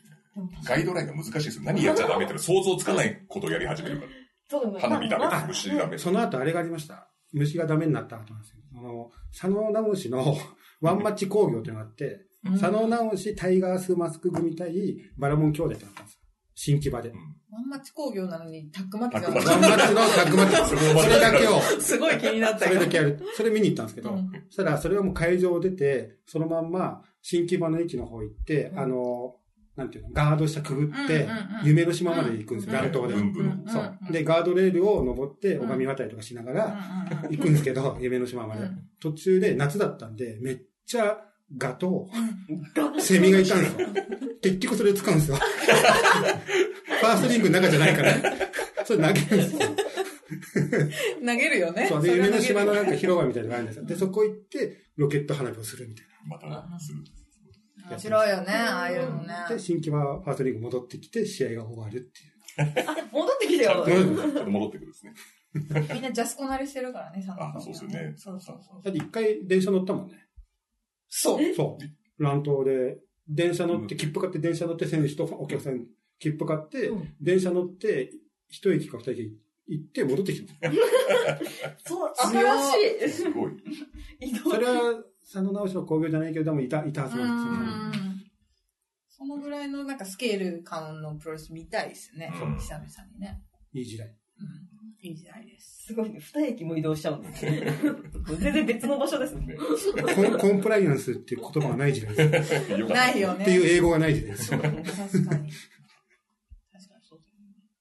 B: ガイドラインが難しいですよ。何やっちゃダメってのは想像つかないことをやり始めるか
F: そう
B: ら。花火ダメ
F: まあ
B: だ、虫ダメだ。
E: その後あれがありました。虫がダメになった後なんですよ。あの、佐野直しの ワンマッチ工業というのがあって、佐野直しタイガースマスク組対バラモン兄弟ってなったんですよ。新木場で。
D: ワンマッチ工業なのにタックマッチ
B: タック
E: ワンマッチのタッグマッ チ。それだけを、
D: すごい気になった
E: それ
D: よ
E: だ。けやる。それ見に行ったんですけど、
D: うん
E: そしたらそれはもう会場を出て、そのまんま新木場の駅の方行って、あの、なんていうの、ガード下くぐって、
D: うんうんうん
E: 夢の島まで行くんですよ、
D: うん
E: 暖冬で。
B: 文部の。
E: そう。で、ガードレールを登って、拝み渡りとかしながら、
D: うん
E: 行くんですけど、夢の島まで。
D: うん
E: 途中で夏だったんで、めっちゃガと、セミがいたんです よ。結局それを使うんですよ。ファーストリングの中じゃないから、それ投げるんですよ。
D: うん投げるよね。
E: そう
D: そ
E: で、
D: れは投げ
E: 夢の
D: る
E: 島のなんか広場みたいなのがあるんですよ。で、そこ行って、ロケット花火をするみたい
B: またな、する。
D: 面白いよね、ああいうのね。
E: な。で、新規はファーストリング戻ってきて、試合が終わるっていう。
F: 戻ってきたよ。
B: ちょっと戻ってくるんですね。
D: みんなジャスコ慣れしてるからね、佐野さん
B: あ、そうですよね。
D: そうそうそう。
E: だって一回電車乗ったもんね。
D: そう。
E: そう。乱闘で、電車乗って、切符買って、電車乗って、選手とお客さん、切符買って、
F: うん
E: 電車乗って、一駅か二駅行って戻ってきた。
F: そう、
D: 強
F: 新し
B: すごい。
F: い。移 動
E: それは、佐野直しの工業じゃないけれども、いた、いたはず
D: う
E: なんですよ。
D: ん。そのぐらいのなんかスケール感のプロレス見たいですね。
B: うん
D: 久々にね。
E: いい時代。
D: うん。いい時代です。
F: すごいね。二駅も移動しちゃうんです ね。全然別の場所ですね。
E: コン コンプライアンスっていう言葉がない時代です。
B: よかった
D: ないよね。
E: っていう英語がない時代です。
D: 確かに。確かにそうだよね。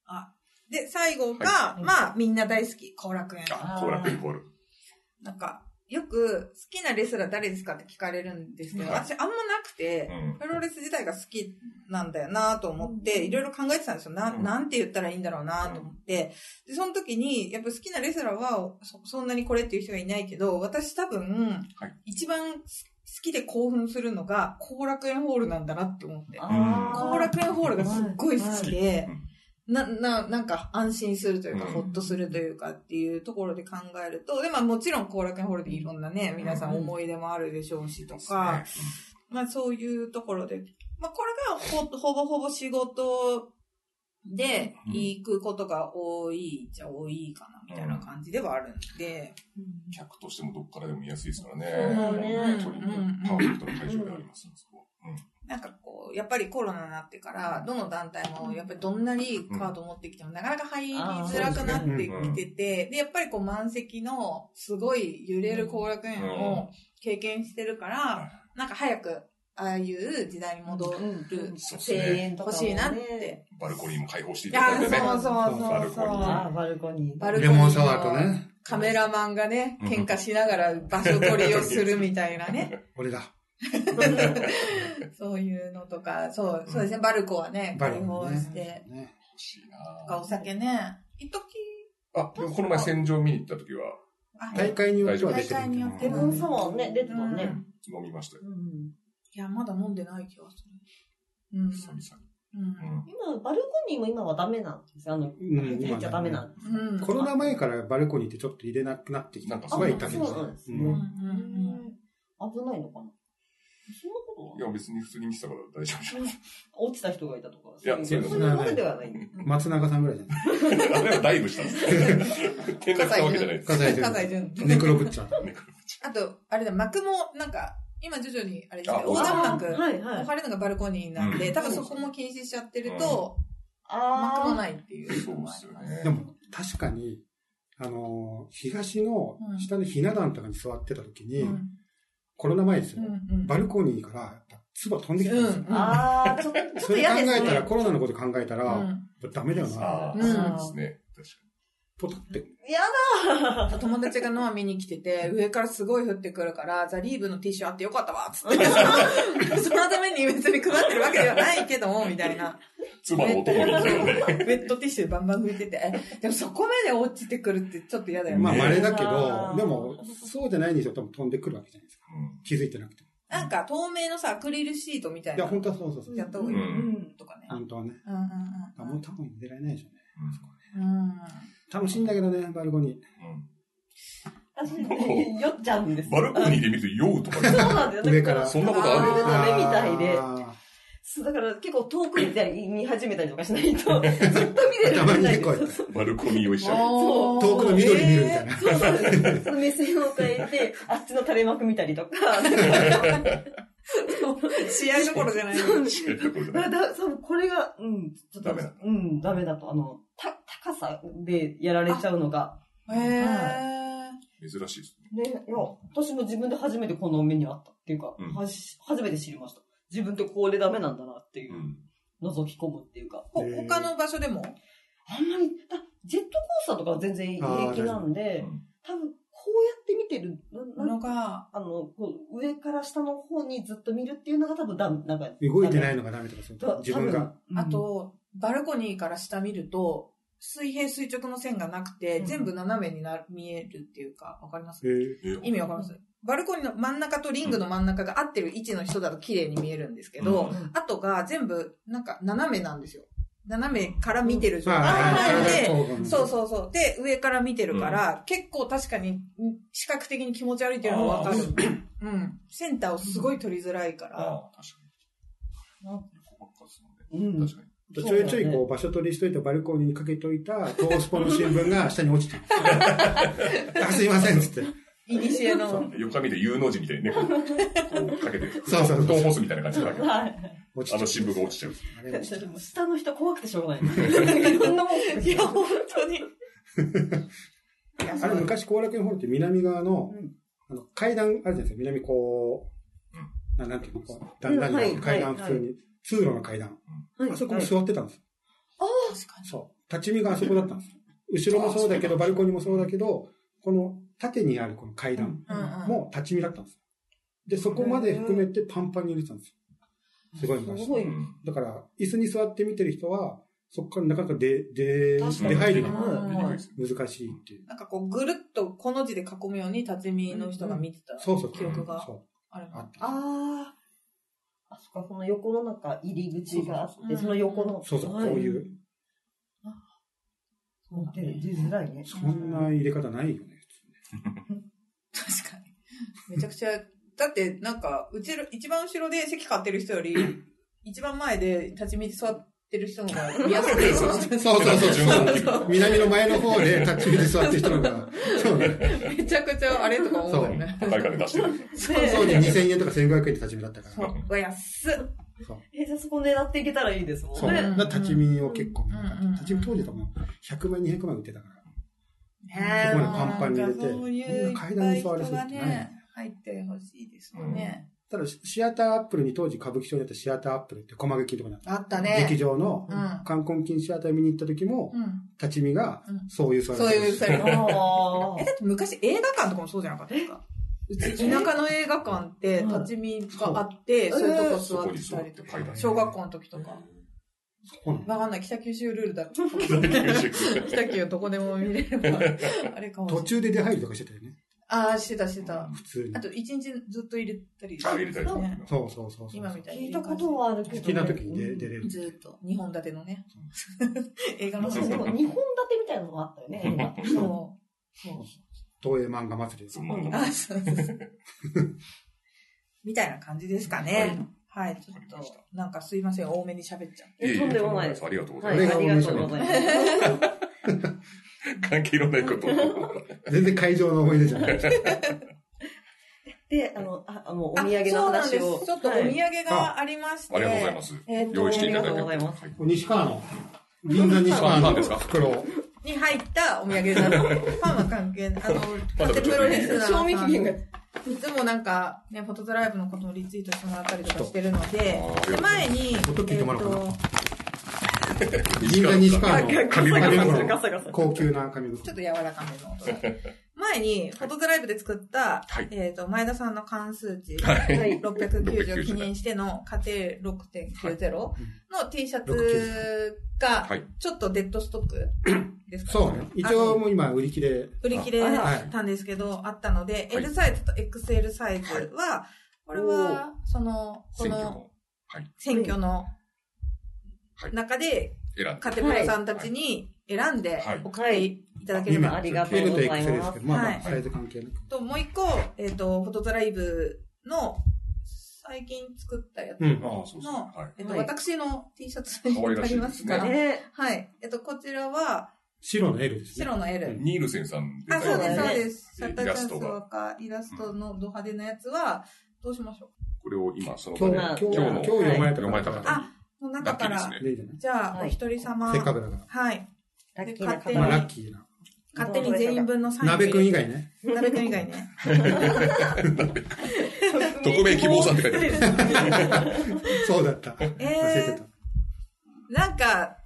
D: あ、で、最後が、
B: は
D: まあ、みんな大好き、後楽園。
B: あ、後楽園ホール。
D: なんか、よく好きなレスラー誰ですかって聞かれるんですけど、
B: はい
D: 私あんまなくて、
B: うん
D: プロレス自体が好きなんだよなと思って、いろいろ考えてたんですよ。な、
B: うん
D: ん、なんて言ったらいいんだろうなと思って。で、その時に、やっぱ好きなレスラーはそそんなにこれっていう人はいないけど、私多分、
B: はい
D: 一番好きで興奮するのが、後楽園ホールなんだなって思って。後楽園ホールがすっごい好きで、な、な、なんか安心するというか、
B: うん
D: ほっとするというかっていうところで考えると、で、まあもちろん後楽園ホールでいろんなね、皆さん思い出もあるでしょうしとか、まあそういうところで、まあこれがほほぼほぼ仕事で
B: うん
D: 行くことが多いじゃ多いかな、みたいな感じではあるんで、
B: 客としてもどっからでも見やすいですからね。
F: そうね
B: 本当にパワーフルトな会場であります。そこはうん
D: なんかこう、やっぱりコロナになってから、どの団体も、やっぱりどんなにカード持ってきても、なかなか入りづらくなってきてて、で、やっぱりこう満席の、すごい揺れる後楽園を経験してるから、なんか早く、ああいう時代に戻る
B: そうです
D: 声
B: ね。
D: 援欲しいなって。
B: バルコニーも開放してい
D: い
B: た
D: や
B: だいてね。
D: そうそう
B: バ
D: そ
B: ル
D: う
B: コニ
D: そ
B: ー
F: あ
D: う。
F: あ、バルコニー。
D: バル
E: レモンサワーとね、
D: カメラマンがね、
B: うん
D: 喧嘩しながら 場所取りをするみたいなね。
E: 俺だ。
D: そういうのとか、そう、そうですね、バルコはね、
E: バ
D: 開
E: ルコ
D: 放
E: ね
D: して。
E: ね
B: 欲しいな
D: とかお酒ね。一時
B: あ、でもこの前戦場見に行った時は
D: あ
E: 大会によっては出てる
D: 大会によって
F: レモンサワーね、出てた
D: う
F: ね
D: ん。
B: 飲みましたよ。
F: うん
D: いや、まだ飲んでない気がする。うん。
B: 久々
D: う
F: 今、バルコニーも今はダメなんですよ。あの、
E: ん
F: 出ちゃダメなんです。
D: ん。うん。
E: コロナ前からバルコニーってちょっと入れなくなってきたとかは言ったけど
F: あそうなんです
E: う
F: ね
D: うんうんん
F: 危ないのかなそんなこと
B: に。い
F: は
B: や、別に普通に見てたから大丈夫じ
F: 落ちた人がいたとか。
B: いや
F: そういう
B: そう
E: いう
F: そういう
E: の
F: わけではない。
E: 松永さんぐらいじゃ
B: ゃ
E: ない
B: ない。あれはダイブしたんですよ。 転落したわけじゃないです。
E: 葛西
D: 葛西潤
E: ネクロブッチャー。
B: ねこれ
D: あと、あれだ、幕も、なんか、今徐々に、あれですね
B: あ、
D: 横断幕。
F: あーはいは
D: 置
F: い。
D: かれるのがバルコニーなん
B: う
D: で、
B: ん
D: 多分そこも禁止しちゃってると、
F: あ
D: 幕
F: ー
D: もないっていう
B: そうで
D: のもあ
B: す
D: り
B: よ
D: ます。
B: ね。
E: でも、確かに、あのー、東の
D: うん
E: 下のひな壇とかに座ってた時に、
D: うん
E: コロナ前です
D: う
E: よ
D: ん。うん
E: バルコニーから、やっぱ唾飛んできたんですよ。
D: うん
F: あー、ちょっと、ちょっ
E: そ
F: と
E: れ考
F: 嫌です
E: えたら、
F: ね。
E: コロナのこと考えたら、
D: う
E: やっ
D: ん
E: ぱダメだよな。
B: ああ、
D: うん
B: そうですね。確か
E: ポタって。
F: 嫌だ
D: あと友達がノア見に来てて、上からすごい降ってくるから、ザ・リーブのティッシュあってよかったわ、つって。 そのために別に配ってるわけではないけども、みたいな。
B: に。妻のお供にみたいなね。
D: ウェットティッシュバンバン拭いてて。でもそこまで落ちてくるってちょっと嫌だよね。
E: まあ、
B: ね
E: 稀だけ
F: あ
E: ど、
F: ー
E: でも、そうじゃないにしろ多分飛んでくるわけじゃないですか。気づいてなくても。
D: なんか透明のさ、アクリルシートみたい
E: いや、
D: な。
E: 本当はそうそうそう。
D: やった方がいい。
B: う
D: うんん。とかね。
E: 本当はね。
D: うんうん
E: もう多分入れられないでしょう
D: う
E: ね。
D: ん。
E: 楽しいんだけどね、バルコニー。
F: 私、酔っちゃうんで
B: う
F: す
B: ん。バルコニーで見ると酔うとかね。
F: そうなんですよ。
E: 上から
B: そんなことある
F: 上から目みたいで。
E: あ
F: そうだから結構遠くに見たり見始めたりとか しないと、ずっと見れる
E: ー
F: よ
E: た
F: う
E: ま
F: に
E: に
F: な
E: 結
F: い
E: 構
F: で
E: やっ
F: す。
E: た。
B: バルコニーを一緒に。
D: そう
E: 遠くの緑見るみたい
D: な。
E: な。
F: そうそうです。その目線を変え て、あっちの垂れ幕見たりとか、
D: 試合どころじゃない。
B: 知るところじゃ
F: だ
B: な
F: か
B: い
F: らだそうこれが、うん、ちょっと、
B: ダメだ
F: うん、ダメだと、あの、た、高さでやられちゃうのが、
D: へー。
B: 珍しいですね。
F: ね、いや、私も自分で初めてこの目にあったっていうか、
B: うん
F: はし初めて知りました。自分ってこれダメなんだなっていうう、
B: ん。
F: 覗き込むっていうか。
D: ほ
E: へー
D: 他の場所でも
F: あんまり、あジェットコースターとかは全然平気なんで、多分こうやって見てる、なな
D: のが、
F: あの、こう上から下の方にずっと見るっていうのが多分ダメ、なんか。
E: 動いてない
F: い。
E: のがダメとか、そういうこと
F: 多分
E: 自分が。。
F: うん
D: あ、と、バルコニーから下見ると、水平垂直の線がなくて、
F: うん
D: 全部斜めにな見えるっていうか、わかります
E: へー
B: え
D: 意味わかりますバルコニーの真ん中とリングの真ん中が合ってる位置の人だと綺麗に見えるんですけ
B: う
D: ど、
B: ん
D: あとが全部、なんか斜めなんですよ。斜めから見てる状態
E: あ
D: なん
E: ー
D: で、
E: そうかも
D: そうそうそう。で、上から見てるから、結構確かに、ん視覚的に気持ち悪いっていうのがわかる。うん。センターをすごい取りづらいから。
B: ああ、確かに。
F: なん
B: ここばっかですもんね。
F: うん。
B: 確かに。
E: ちょいちょいこう場所取りしといたバルコニーにかけといたトースポの新聞が下に落ちて るあすいませんっつって。
D: いにしえの。
B: 4日見て有能人みたいにね、こうこうかけて、
E: そうそうそう
B: 布団干すみたいな感じで、あ
F: はい。
E: 落ち
B: の新聞が落ちちゃう。
E: あれ落ちてる
F: 下の人怖くてしょうがない。こんなもん。いや、本当に。
E: あれ昔後楽園ホールって南側の,、
F: うん
E: あの階段あるじゃないですか。南こう、ななんていうのこう、段々
F: はい
E: に階段普通に、通路の階段。あそこに座ってたんですよ。
D: 確かに
E: そう。立ち見があそこだったんですよ。後ろもそうだけど、バルコニーもそうだけど、この縦にあるこの階段
D: うん
E: も立ち見だったんですよ。で、そこまで含めてパンパンに入れてたんですよ。すごい昔
F: す。ごい。
E: だから、椅子に座って見てる人は、そこからなかなか出、出、
F: 確
E: 出
F: かに
E: 入りが
F: はい
E: 難しいっていう。
D: なんかこう、ぐるっとこの字で囲むように縦見の人が見てた
E: そうそう。
D: 記憶が
E: そう
D: ある
E: あ
D: な
E: っ。た。
F: ああ。あそっか、その横の中、入り口があって、
D: そうそうそう
F: その横の。
E: そうそう、こう
F: はい
E: いう。
F: そう出出づらいね。
E: そんな入れ方ないよね。
D: 確かに。め ちゃくちゃ、だってなんか、うちの一番後ろで席買ってる人よ り、一番前で立ち見て座ってる人の方 が見やすいでしょ。
E: そうそうそう、そう南の前の方で 立ち見で座ってる人のが、そうね。
D: めちゃくちゃあれとか思うよね。
H: 高い金 出してる。
E: そう で2000円とか1500円で立ち見だったから。
D: そう。うわ、安っ。
F: え、じゃあそこ狙っていけたらいいですもん
E: そう。
F: ね。
E: だから立ち見を結構見な
D: うんうんうん
E: 立ち見当時とかも100万、200万売ってたから。
D: ね
E: そこまでパンパンに入れて
D: そういう
E: 階段に座る人
D: 人
E: っ
D: が
E: てね
D: ね、入ってほしいですよね。
E: ただ、シアターアップルに当時歌舞伎町にあったシアターアップルって小間劇のとこにあっ
D: あった
E: た。
D: ね。
E: 劇場の冠婚金シアター見に行った時も、
D: うん。
E: 立ち見が
D: うん
E: そういう座り
D: そういう二人の。
F: あ
D: え、だって昔映画館とかもそうじゃなかったですかうち田舎の映画館って立ち見があって、
F: うん
D: そういうとこ
H: そ
D: 座
H: こ
D: っ
H: に
D: て
H: 座
D: た
H: っ
D: り
H: て
D: と
H: 階
D: か、
H: 段。
D: 小学校の時とか。
E: そうなんだ
D: わかんない、北九州ルールだった。
H: 学
D: 北九どこでも見れれば、 あれかもしれな
E: 途
D: い。
E: 中で出入りとかしてたよね。
D: ああ、してたしてた。
E: 普通に
D: あ。と一日ずっと入れたり。
H: あ入れたりとか
D: ね
E: そうそうそうそう。
D: 今みたい
F: 聞
D: に
F: いたことはあるけど、
E: 好きな時に出出れる。
D: ずーっと2本立ての ね映画の
F: で
D: 話
F: も日
D: も
F: 本立てみたいなのもあったよね、今。
D: そうそう
E: 東映漫画祭りです。
D: あそうそうそうみたいな感じですかねはい、ちょっとなんかすいません多めに喋っちゃって
A: えとんでもないです
H: ありがとうござ
A: はいい、
H: ま
A: ありがとうございます。
H: す。関係のないことを。
E: 全然会場の思い出じゃない。
A: で、あの、あ、もうお土産の
D: あそ
A: 話
D: うなんで
A: を。
D: すちょっとお
A: は
D: 土
A: い
D: 産がありまして、
H: ありがとうございます。
A: えーっと
H: 用意していただいて。
A: ありがとうございます
H: はい
E: 西川の、銀座西川
H: パン
E: の
H: ですか
E: 袋を。
D: に入ったお土産です。 パンは関 係ない。あの、
H: パン
D: だってプロレスラーさん
A: 賞味期限が
D: いつもなんか、ね、フォトドライブのことをリツイートしてもらったりとかしてるので
H: あー、
D: で前に、
E: 音聞いてもらおうかな
D: えーと
E: 銀座西川の
A: ガ
E: 紙
A: サガサ
E: 袋
A: ガサガサ。
E: 高級な紙
D: ちょ
E: 袋
D: っと柔らかめの音で。前に、フォトドライブで作った、
H: はい
D: えっ、と、前田さんの関数値、
A: はい。
D: 690を記念しての家庭6.90の T シャツが
H: はい、
D: ちょっとデッドストックですか
E: そうね。一応もう今売り切れ。
D: 売り切れ
A: あ
D: だ
A: ら
D: ったんですけど、あったので、
H: はい
D: L サイズと XL サイズは、これは、その、こ
H: 選挙
D: の
H: のはい。
D: 選挙の
H: はい
D: 中で、
H: 選んで。
D: カテプロさんたちに選んで
H: はい
D: 送っていただければ
A: 今ありがとうござい
E: L と XL です
A: ま
E: け
A: す。
E: ど、まあま
D: は
E: あ
D: い
E: サイズ関係なく。
D: と、もう一個、えっ、と、フォトドライブの、最近作ったやつ。
E: うん。
H: ああ、そうですね。は
D: えっと、
A: はい
D: 私の T シャツに
H: 可愛ら
D: な
H: しいで
D: りますす
H: ね
D: が、
A: え
D: はい。えっと、こちらは、
E: 白の L ですね。
D: 白の L。
H: い。ニールセンさん
D: あ、そうです、
A: ね
D: そうです。シャッタ
H: イ
D: ー
H: ラ
D: チャ
H: ス
D: ンス
H: ト
D: と
H: が。
D: か、イラストのド派手なやつは、どうしましょ
H: これを今、その場で
A: まあ
E: 今日、今日、
H: 今日
E: 今日
H: の
E: 読まれた
H: 読まれた
D: う。
H: 方
D: あ、の
H: ラ
D: 中
H: ッキ
D: か
H: ーです
D: ら、
H: ね。
E: でいいじゃない
D: じゃあ、
A: はい
D: お一人様。
E: せっかくだから。
D: はい。
A: ラッキーな方
D: で
E: まあラ
A: が
E: ッキーな。
D: 勝手に全員分のサイン。
E: 鍋くん以。外ね。
D: 鍋くん以外ね。
H: 匿名希望さんって書いてある。
E: そうだった。忘れてた。
D: なんか、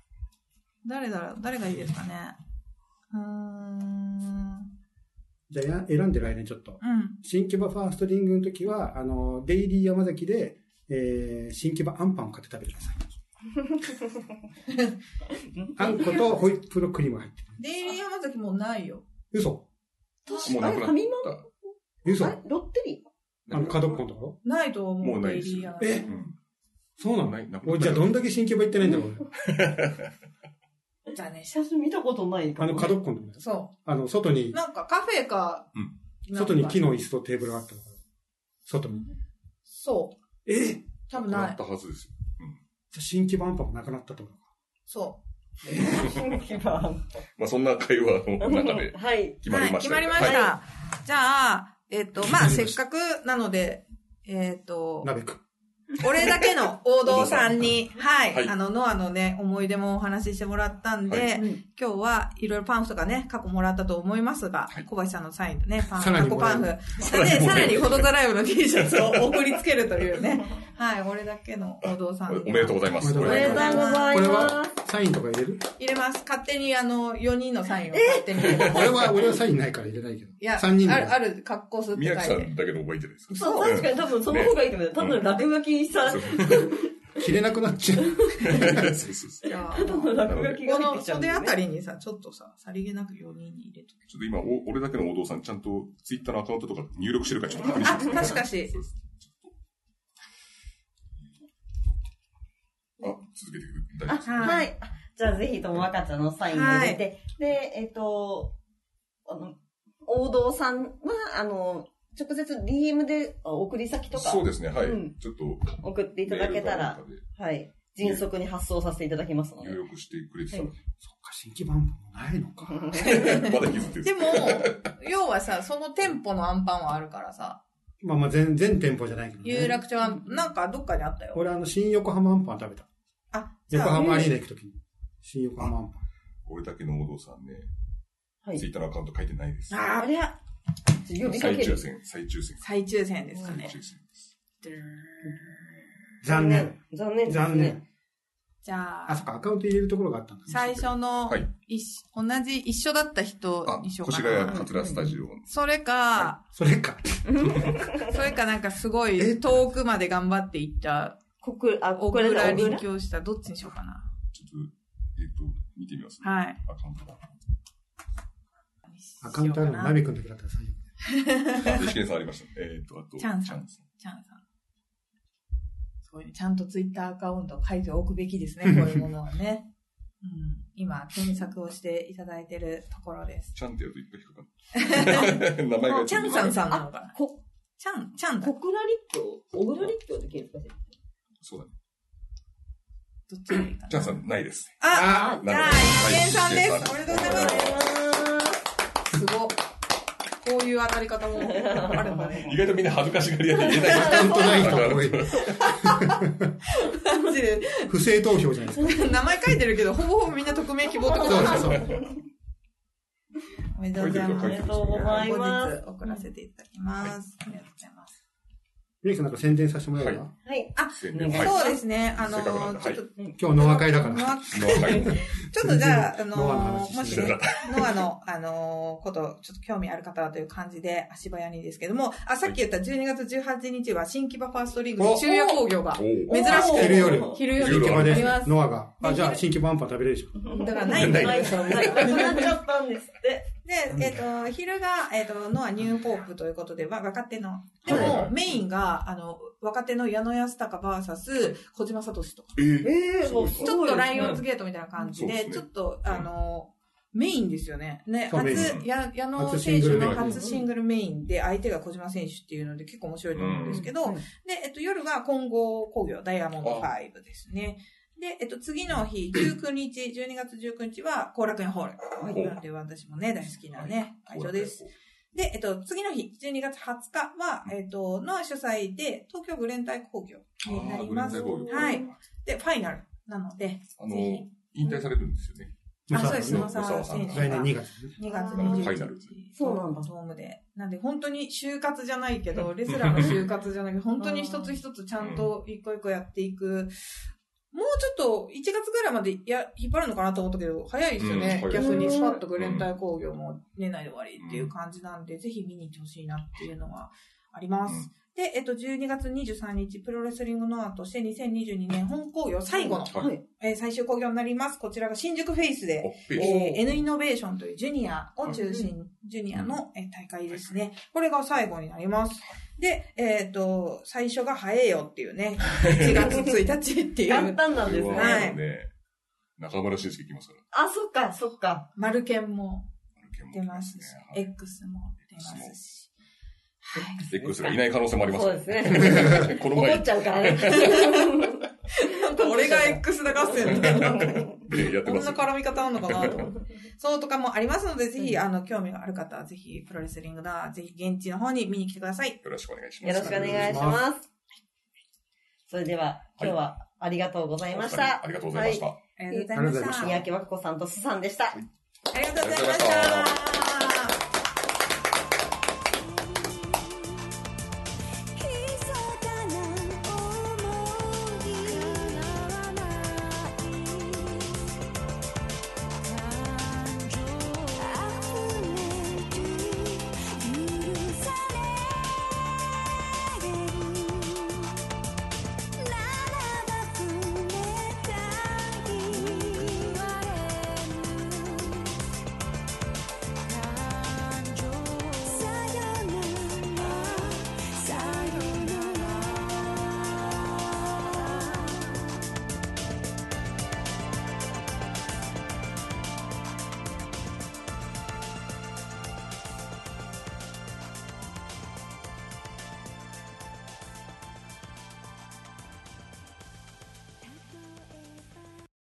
D: 誰だろう誰がいいですかね。うーん。
E: じゃあや選んで来年ちょっと。
D: うん。
E: 新木場ファーストリングの時は、あの、デイリー山崎で、えー、新木場アンパンを買って食べて ください。あんことホイップのクリームが入ってる。
D: デイリー山崎もうないよ。
E: 嘘
H: もうなくな
A: ファミ
H: っ
E: 嘘
A: あれロッテリ
H: た。
E: あの、角っこのところ
D: ないと思う。
H: もうないです
D: デイリー山
E: え
D: 崎。
E: そうなの
H: ないなくなった
E: おいじゃあどんだけ新木場行ってないんだろう
D: じゃあね、
A: 写真見たことないか
E: 俺。あ
A: も
E: の、角っこのところ
D: そ
E: あの、外
D: う。
E: に、
D: なんかカフェか、
H: うん
D: なんか
E: 外に木の椅子とテーブルがあったから。外に。
D: そう。
E: え
D: 多分
H: な
D: な
H: っ
D: い
H: た。はずですよ。
E: じゃあ新木場アンパンもなくなったってこと
D: そ
A: 新木場
H: まあ、そんな会話の中で
A: はい。
D: う。
H: 決まりました。
D: はい、決まりまし
H: は
D: た。じゃあ、えっ、と、まあ、せっかくなので、えっ、と、
E: 鍋くん。
D: 俺だけの王道さんに、はい、
H: はい
D: あの、ノアのね、思い出もお話ししてもらったんで、
H: は
D: 今日はいろいろパンフとかね、過去もらったと思いますが、
H: はい
D: 小林さんのサインとね、パン、
E: さら
D: 過
E: に
D: 去
E: もら
D: パ
E: え
D: ン
E: る
H: さ
D: フ。で、
H: らにもらえ
D: さら
H: る
D: にフォトドライブの T シャツを送りつけるというね、はい、俺だけのお堂さん
B: おめでとうございます。
E: おめ
A: おめでとうございます。
E: これは、サインとか入れる
D: 入れます。勝手にあの、4人のサインを勝手に入れます。
E: 俺は、俺はサインないから入れないけど。
D: いや、
E: 3人
D: あ
E: で。
D: る、ある、格好すって書
B: 宮
D: い
B: 城さ
D: て。
B: んだけの方がいいんじゃないですか。
F: そう、確かに多分その方がいいと思う。多分落書きさ、
E: 着れなくなっちゃう。
B: そうそうそう
D: じ ゃあ、
F: 落
D: こ
F: 書きが入って
D: の
F: きちゃうん
D: 袖
F: だよ
D: あ
F: ね
D: たりにさ、ちょっとさ、さりげなく4人に入れとく。
B: ちょっと今、お俺だけのお父さん、ちゃんとツイッターのアカウントとか入力してるからちょっと確認し
D: あ、
B: てくださ
D: 確
B: い
D: かし。
B: あ、続けてくだ
A: あ、
B: さい。
A: は。い。
F: じゃあぜひとも若ちゃんのサインを入れて、で、えっと、
A: あの、王道さんは、あの、直接 DM であ送り先とか
B: そうですね、はい。
A: うん
B: ちょっと、
A: 送っていただけたら、はい。迅速に発送させていただきますの
B: 入
A: で。
B: 力してくれてたの
E: そっか、新規版もないのか。
B: まだ気づいてる。
D: でも、要はさ、その店舗のアンパンはあるからさ、
E: まあまあ全、全店舗じゃないけど、ね。
D: 有楽町アンパン、なんかどっかにあったよ。
E: 俺、あの、新横浜アンパン食べた。
D: あ、じゃ
E: 横
D: あ、
E: 浜アリーナ行くときに。新横浜アンパン。
B: 俺だけのお父さんね、
A: はい
B: ツイッターのアカウント書いてないです。
A: ありゃ、呼びか
B: 最
A: け
B: 抽
A: る。
B: 選、最抽選。
D: 再抽選ですか
B: 最
D: ね。
B: 抽選。
E: 残念。。
A: 残念です
E: 残
A: ね
E: 念。。
D: じゃ
E: あ、
D: あ
E: そっ、か、アカウント入れるところがあったんだ、ね。
D: 最初の、
B: はい
D: 一緒同じ一緒だった人
B: あ、
D: にしよう
B: 越
D: か
B: 谷
D: な。
B: 桂スタジオの。
D: それか、
E: それか。
D: それかなんかすご
E: え
D: い遠くまで頑張っていった、
A: 国、あ、
D: 小
A: これだ、
D: 倉
A: 小倉
D: 臨教した、どっちにしようかな。
B: ちょっと、えっと、見てみますね。
D: はい。
B: アカウントが。
E: アカウントある
D: しようか
E: の、ナ
D: な
E: ビ君だけだったら採用。
B: あ、試験さんありました。えっと、あと、
D: チャンさん
B: さん
D: ちゃんさん。そういう、ちゃんとツイッターアカウントを書いておくべき ですね、こういうものはね。うん、今、検索をしていただいてるところです。
B: チャンってやると一回引っかかる。 名前が
D: チャンさんさんなの
A: あ
D: かな、
A: こ、
D: ちゃん、ちゃんだ。
A: 小
D: ど
A: 倉立教小倉立教で検索して。
B: そうだね。
D: っちがいいか
B: チャン
D: な。
B: さんないです。
D: あ
B: あ
D: じゃあ、一見さんです。おめでとうございます。すごっ。こういう当たり方もあるんだね。
B: 意外とみんな恥ずかしがり屋で言え
E: アカウントない人
B: な
E: が多
B: い。
E: い。
D: マジで、
E: 不正投票じゃないです か。
D: 名前書いてるけど、ほぼほぼみんな匿名希望ってこと
E: そう
D: だね
E: そうそう。
D: おめでとうございます。
B: おめでとうご
A: ざいます
D: 後日送らせていただきます。ありがとうございます。
E: ミリさんなんか宣伝させてもらえる
B: は
E: ば
A: はい。
D: あ、
B: 宣伝
A: はい
D: そうですね。あの
B: せっかくなんで
D: ちょっと、
E: 今日ノア会だから。
D: ノ
B: はいのはい
D: アちょっとじゃあ、あの
E: ノアの話
D: も
E: し
D: して
B: た
D: ね、ノアの、あのこと、ちょっと興味ある方はという感じで、足早にですけども、あ、さっき言った12月18日は、新木場ファーストリーグの昼夜工業が、
B: お
D: 珍
B: ー
D: しく、
E: 昼夜
D: 昼
B: 夜
E: 新木場
D: あ
E: で
D: ります。
E: ノアが。あ、
D: で
E: じゃあ新規版アンパン食べれるでしょ。
D: だからないんだ
A: な。い、ない。なくなっちゃったんですって。
D: で、えっ、と、昼が、えっ、と、ノアニューホープということで、わ若手の。で
B: はいはい
D: も
B: は、い
D: メインが、あの、若手の矢野康隆 VS 小島聡とか。
B: えー
A: ええ、もうす
D: ちょ
A: ごいですね
D: っとライオンズゲートみたいな感じ
B: そうで
D: で、
B: すね
D: ちょっと、あの、メインですよね。ね、
E: そうメイン
D: 初、や矢野
E: 初シン
D: 選手
E: グルメイン
D: の初シングルメインで、相手が小島選手っていうので結構面白いと思うんですけど、
A: うん
D: で、えっと、夜は混合工業ダイヤモンド5ですね。で、えっと、次の日、19日、12月19日は、後楽園ホール。
B: い
D: なんで、私もね、大好きなね、会場です。。で、えっと、次の日、12月20日は、えっと、ノア主催で、東京グレンタイ工業になります。
B: あーグレンタイ工業
D: はい。で、ファイナルなので、
B: あの、引退されるんですよね。
D: あ、そうです。野
B: さん
D: 沢選手が。
E: 来年2月ね。
D: 2月
B: ファ
D: 21
B: イナル
D: 日。
A: そうなんだ。
D: ドームで。なんで、本当に就活じゃないけど、レスラーの就活じゃないけど、本当に一つ一つちゃんと一個一個やっていく。もうちょっと、1月ぐらいまでや、引っ張るのかなと思ったけど、早いですよね。
B: うん早い
D: 逆にスパッとグレンタイ工業も年内で終わりっていう感じなんで、ぜひ見に行ってほしいなっていうのはあります。
B: うん
D: で、えっと、12月23日、プロレスリングノアとして2022年本工業最後の、
B: はい
D: えー最終工業になります。こちらが新宿フェイスで
B: あ、ページ
D: えー N イノベーションというジュニアを中心、ジュニアのえー大会ですね。これが最後になります。で、えっ、と、最初が早えよっていう ね、1月1日ってい
A: 簡
D: う、
A: 単なんで
B: ですは
A: ね。
D: はい
B: ね、中村俊介来ますから。
A: あ、そっか、そっか。
D: マルケンも出
B: 出
D: ますし、
B: ね。
D: X も出ますし。はい。
B: X がいない可能性もあります
A: そうです
B: ね。
A: ね。
B: この
A: 怒っ
B: 前
A: ちゃうからね。
D: なんか俺が X だ合戦みたいな。
B: ねやって
D: こ
B: ま
D: ん
B: す
D: な
B: よね。
D: 絡み方あるのかなと思って。そうとかもありますので、ぜひ、あの、興味がある方は、ぜひ、プロレスリングだ、ぜひ、現地の方に見に来てください。
B: よろしくお願いしま
A: よ
B: す。
A: ろしくお願いします。それでは、今日はありがとうございました。
B: ありがとうございました。
D: ありがとうございました。
A: 三宅和子さんとすさんでした。
D: ありがとうございました。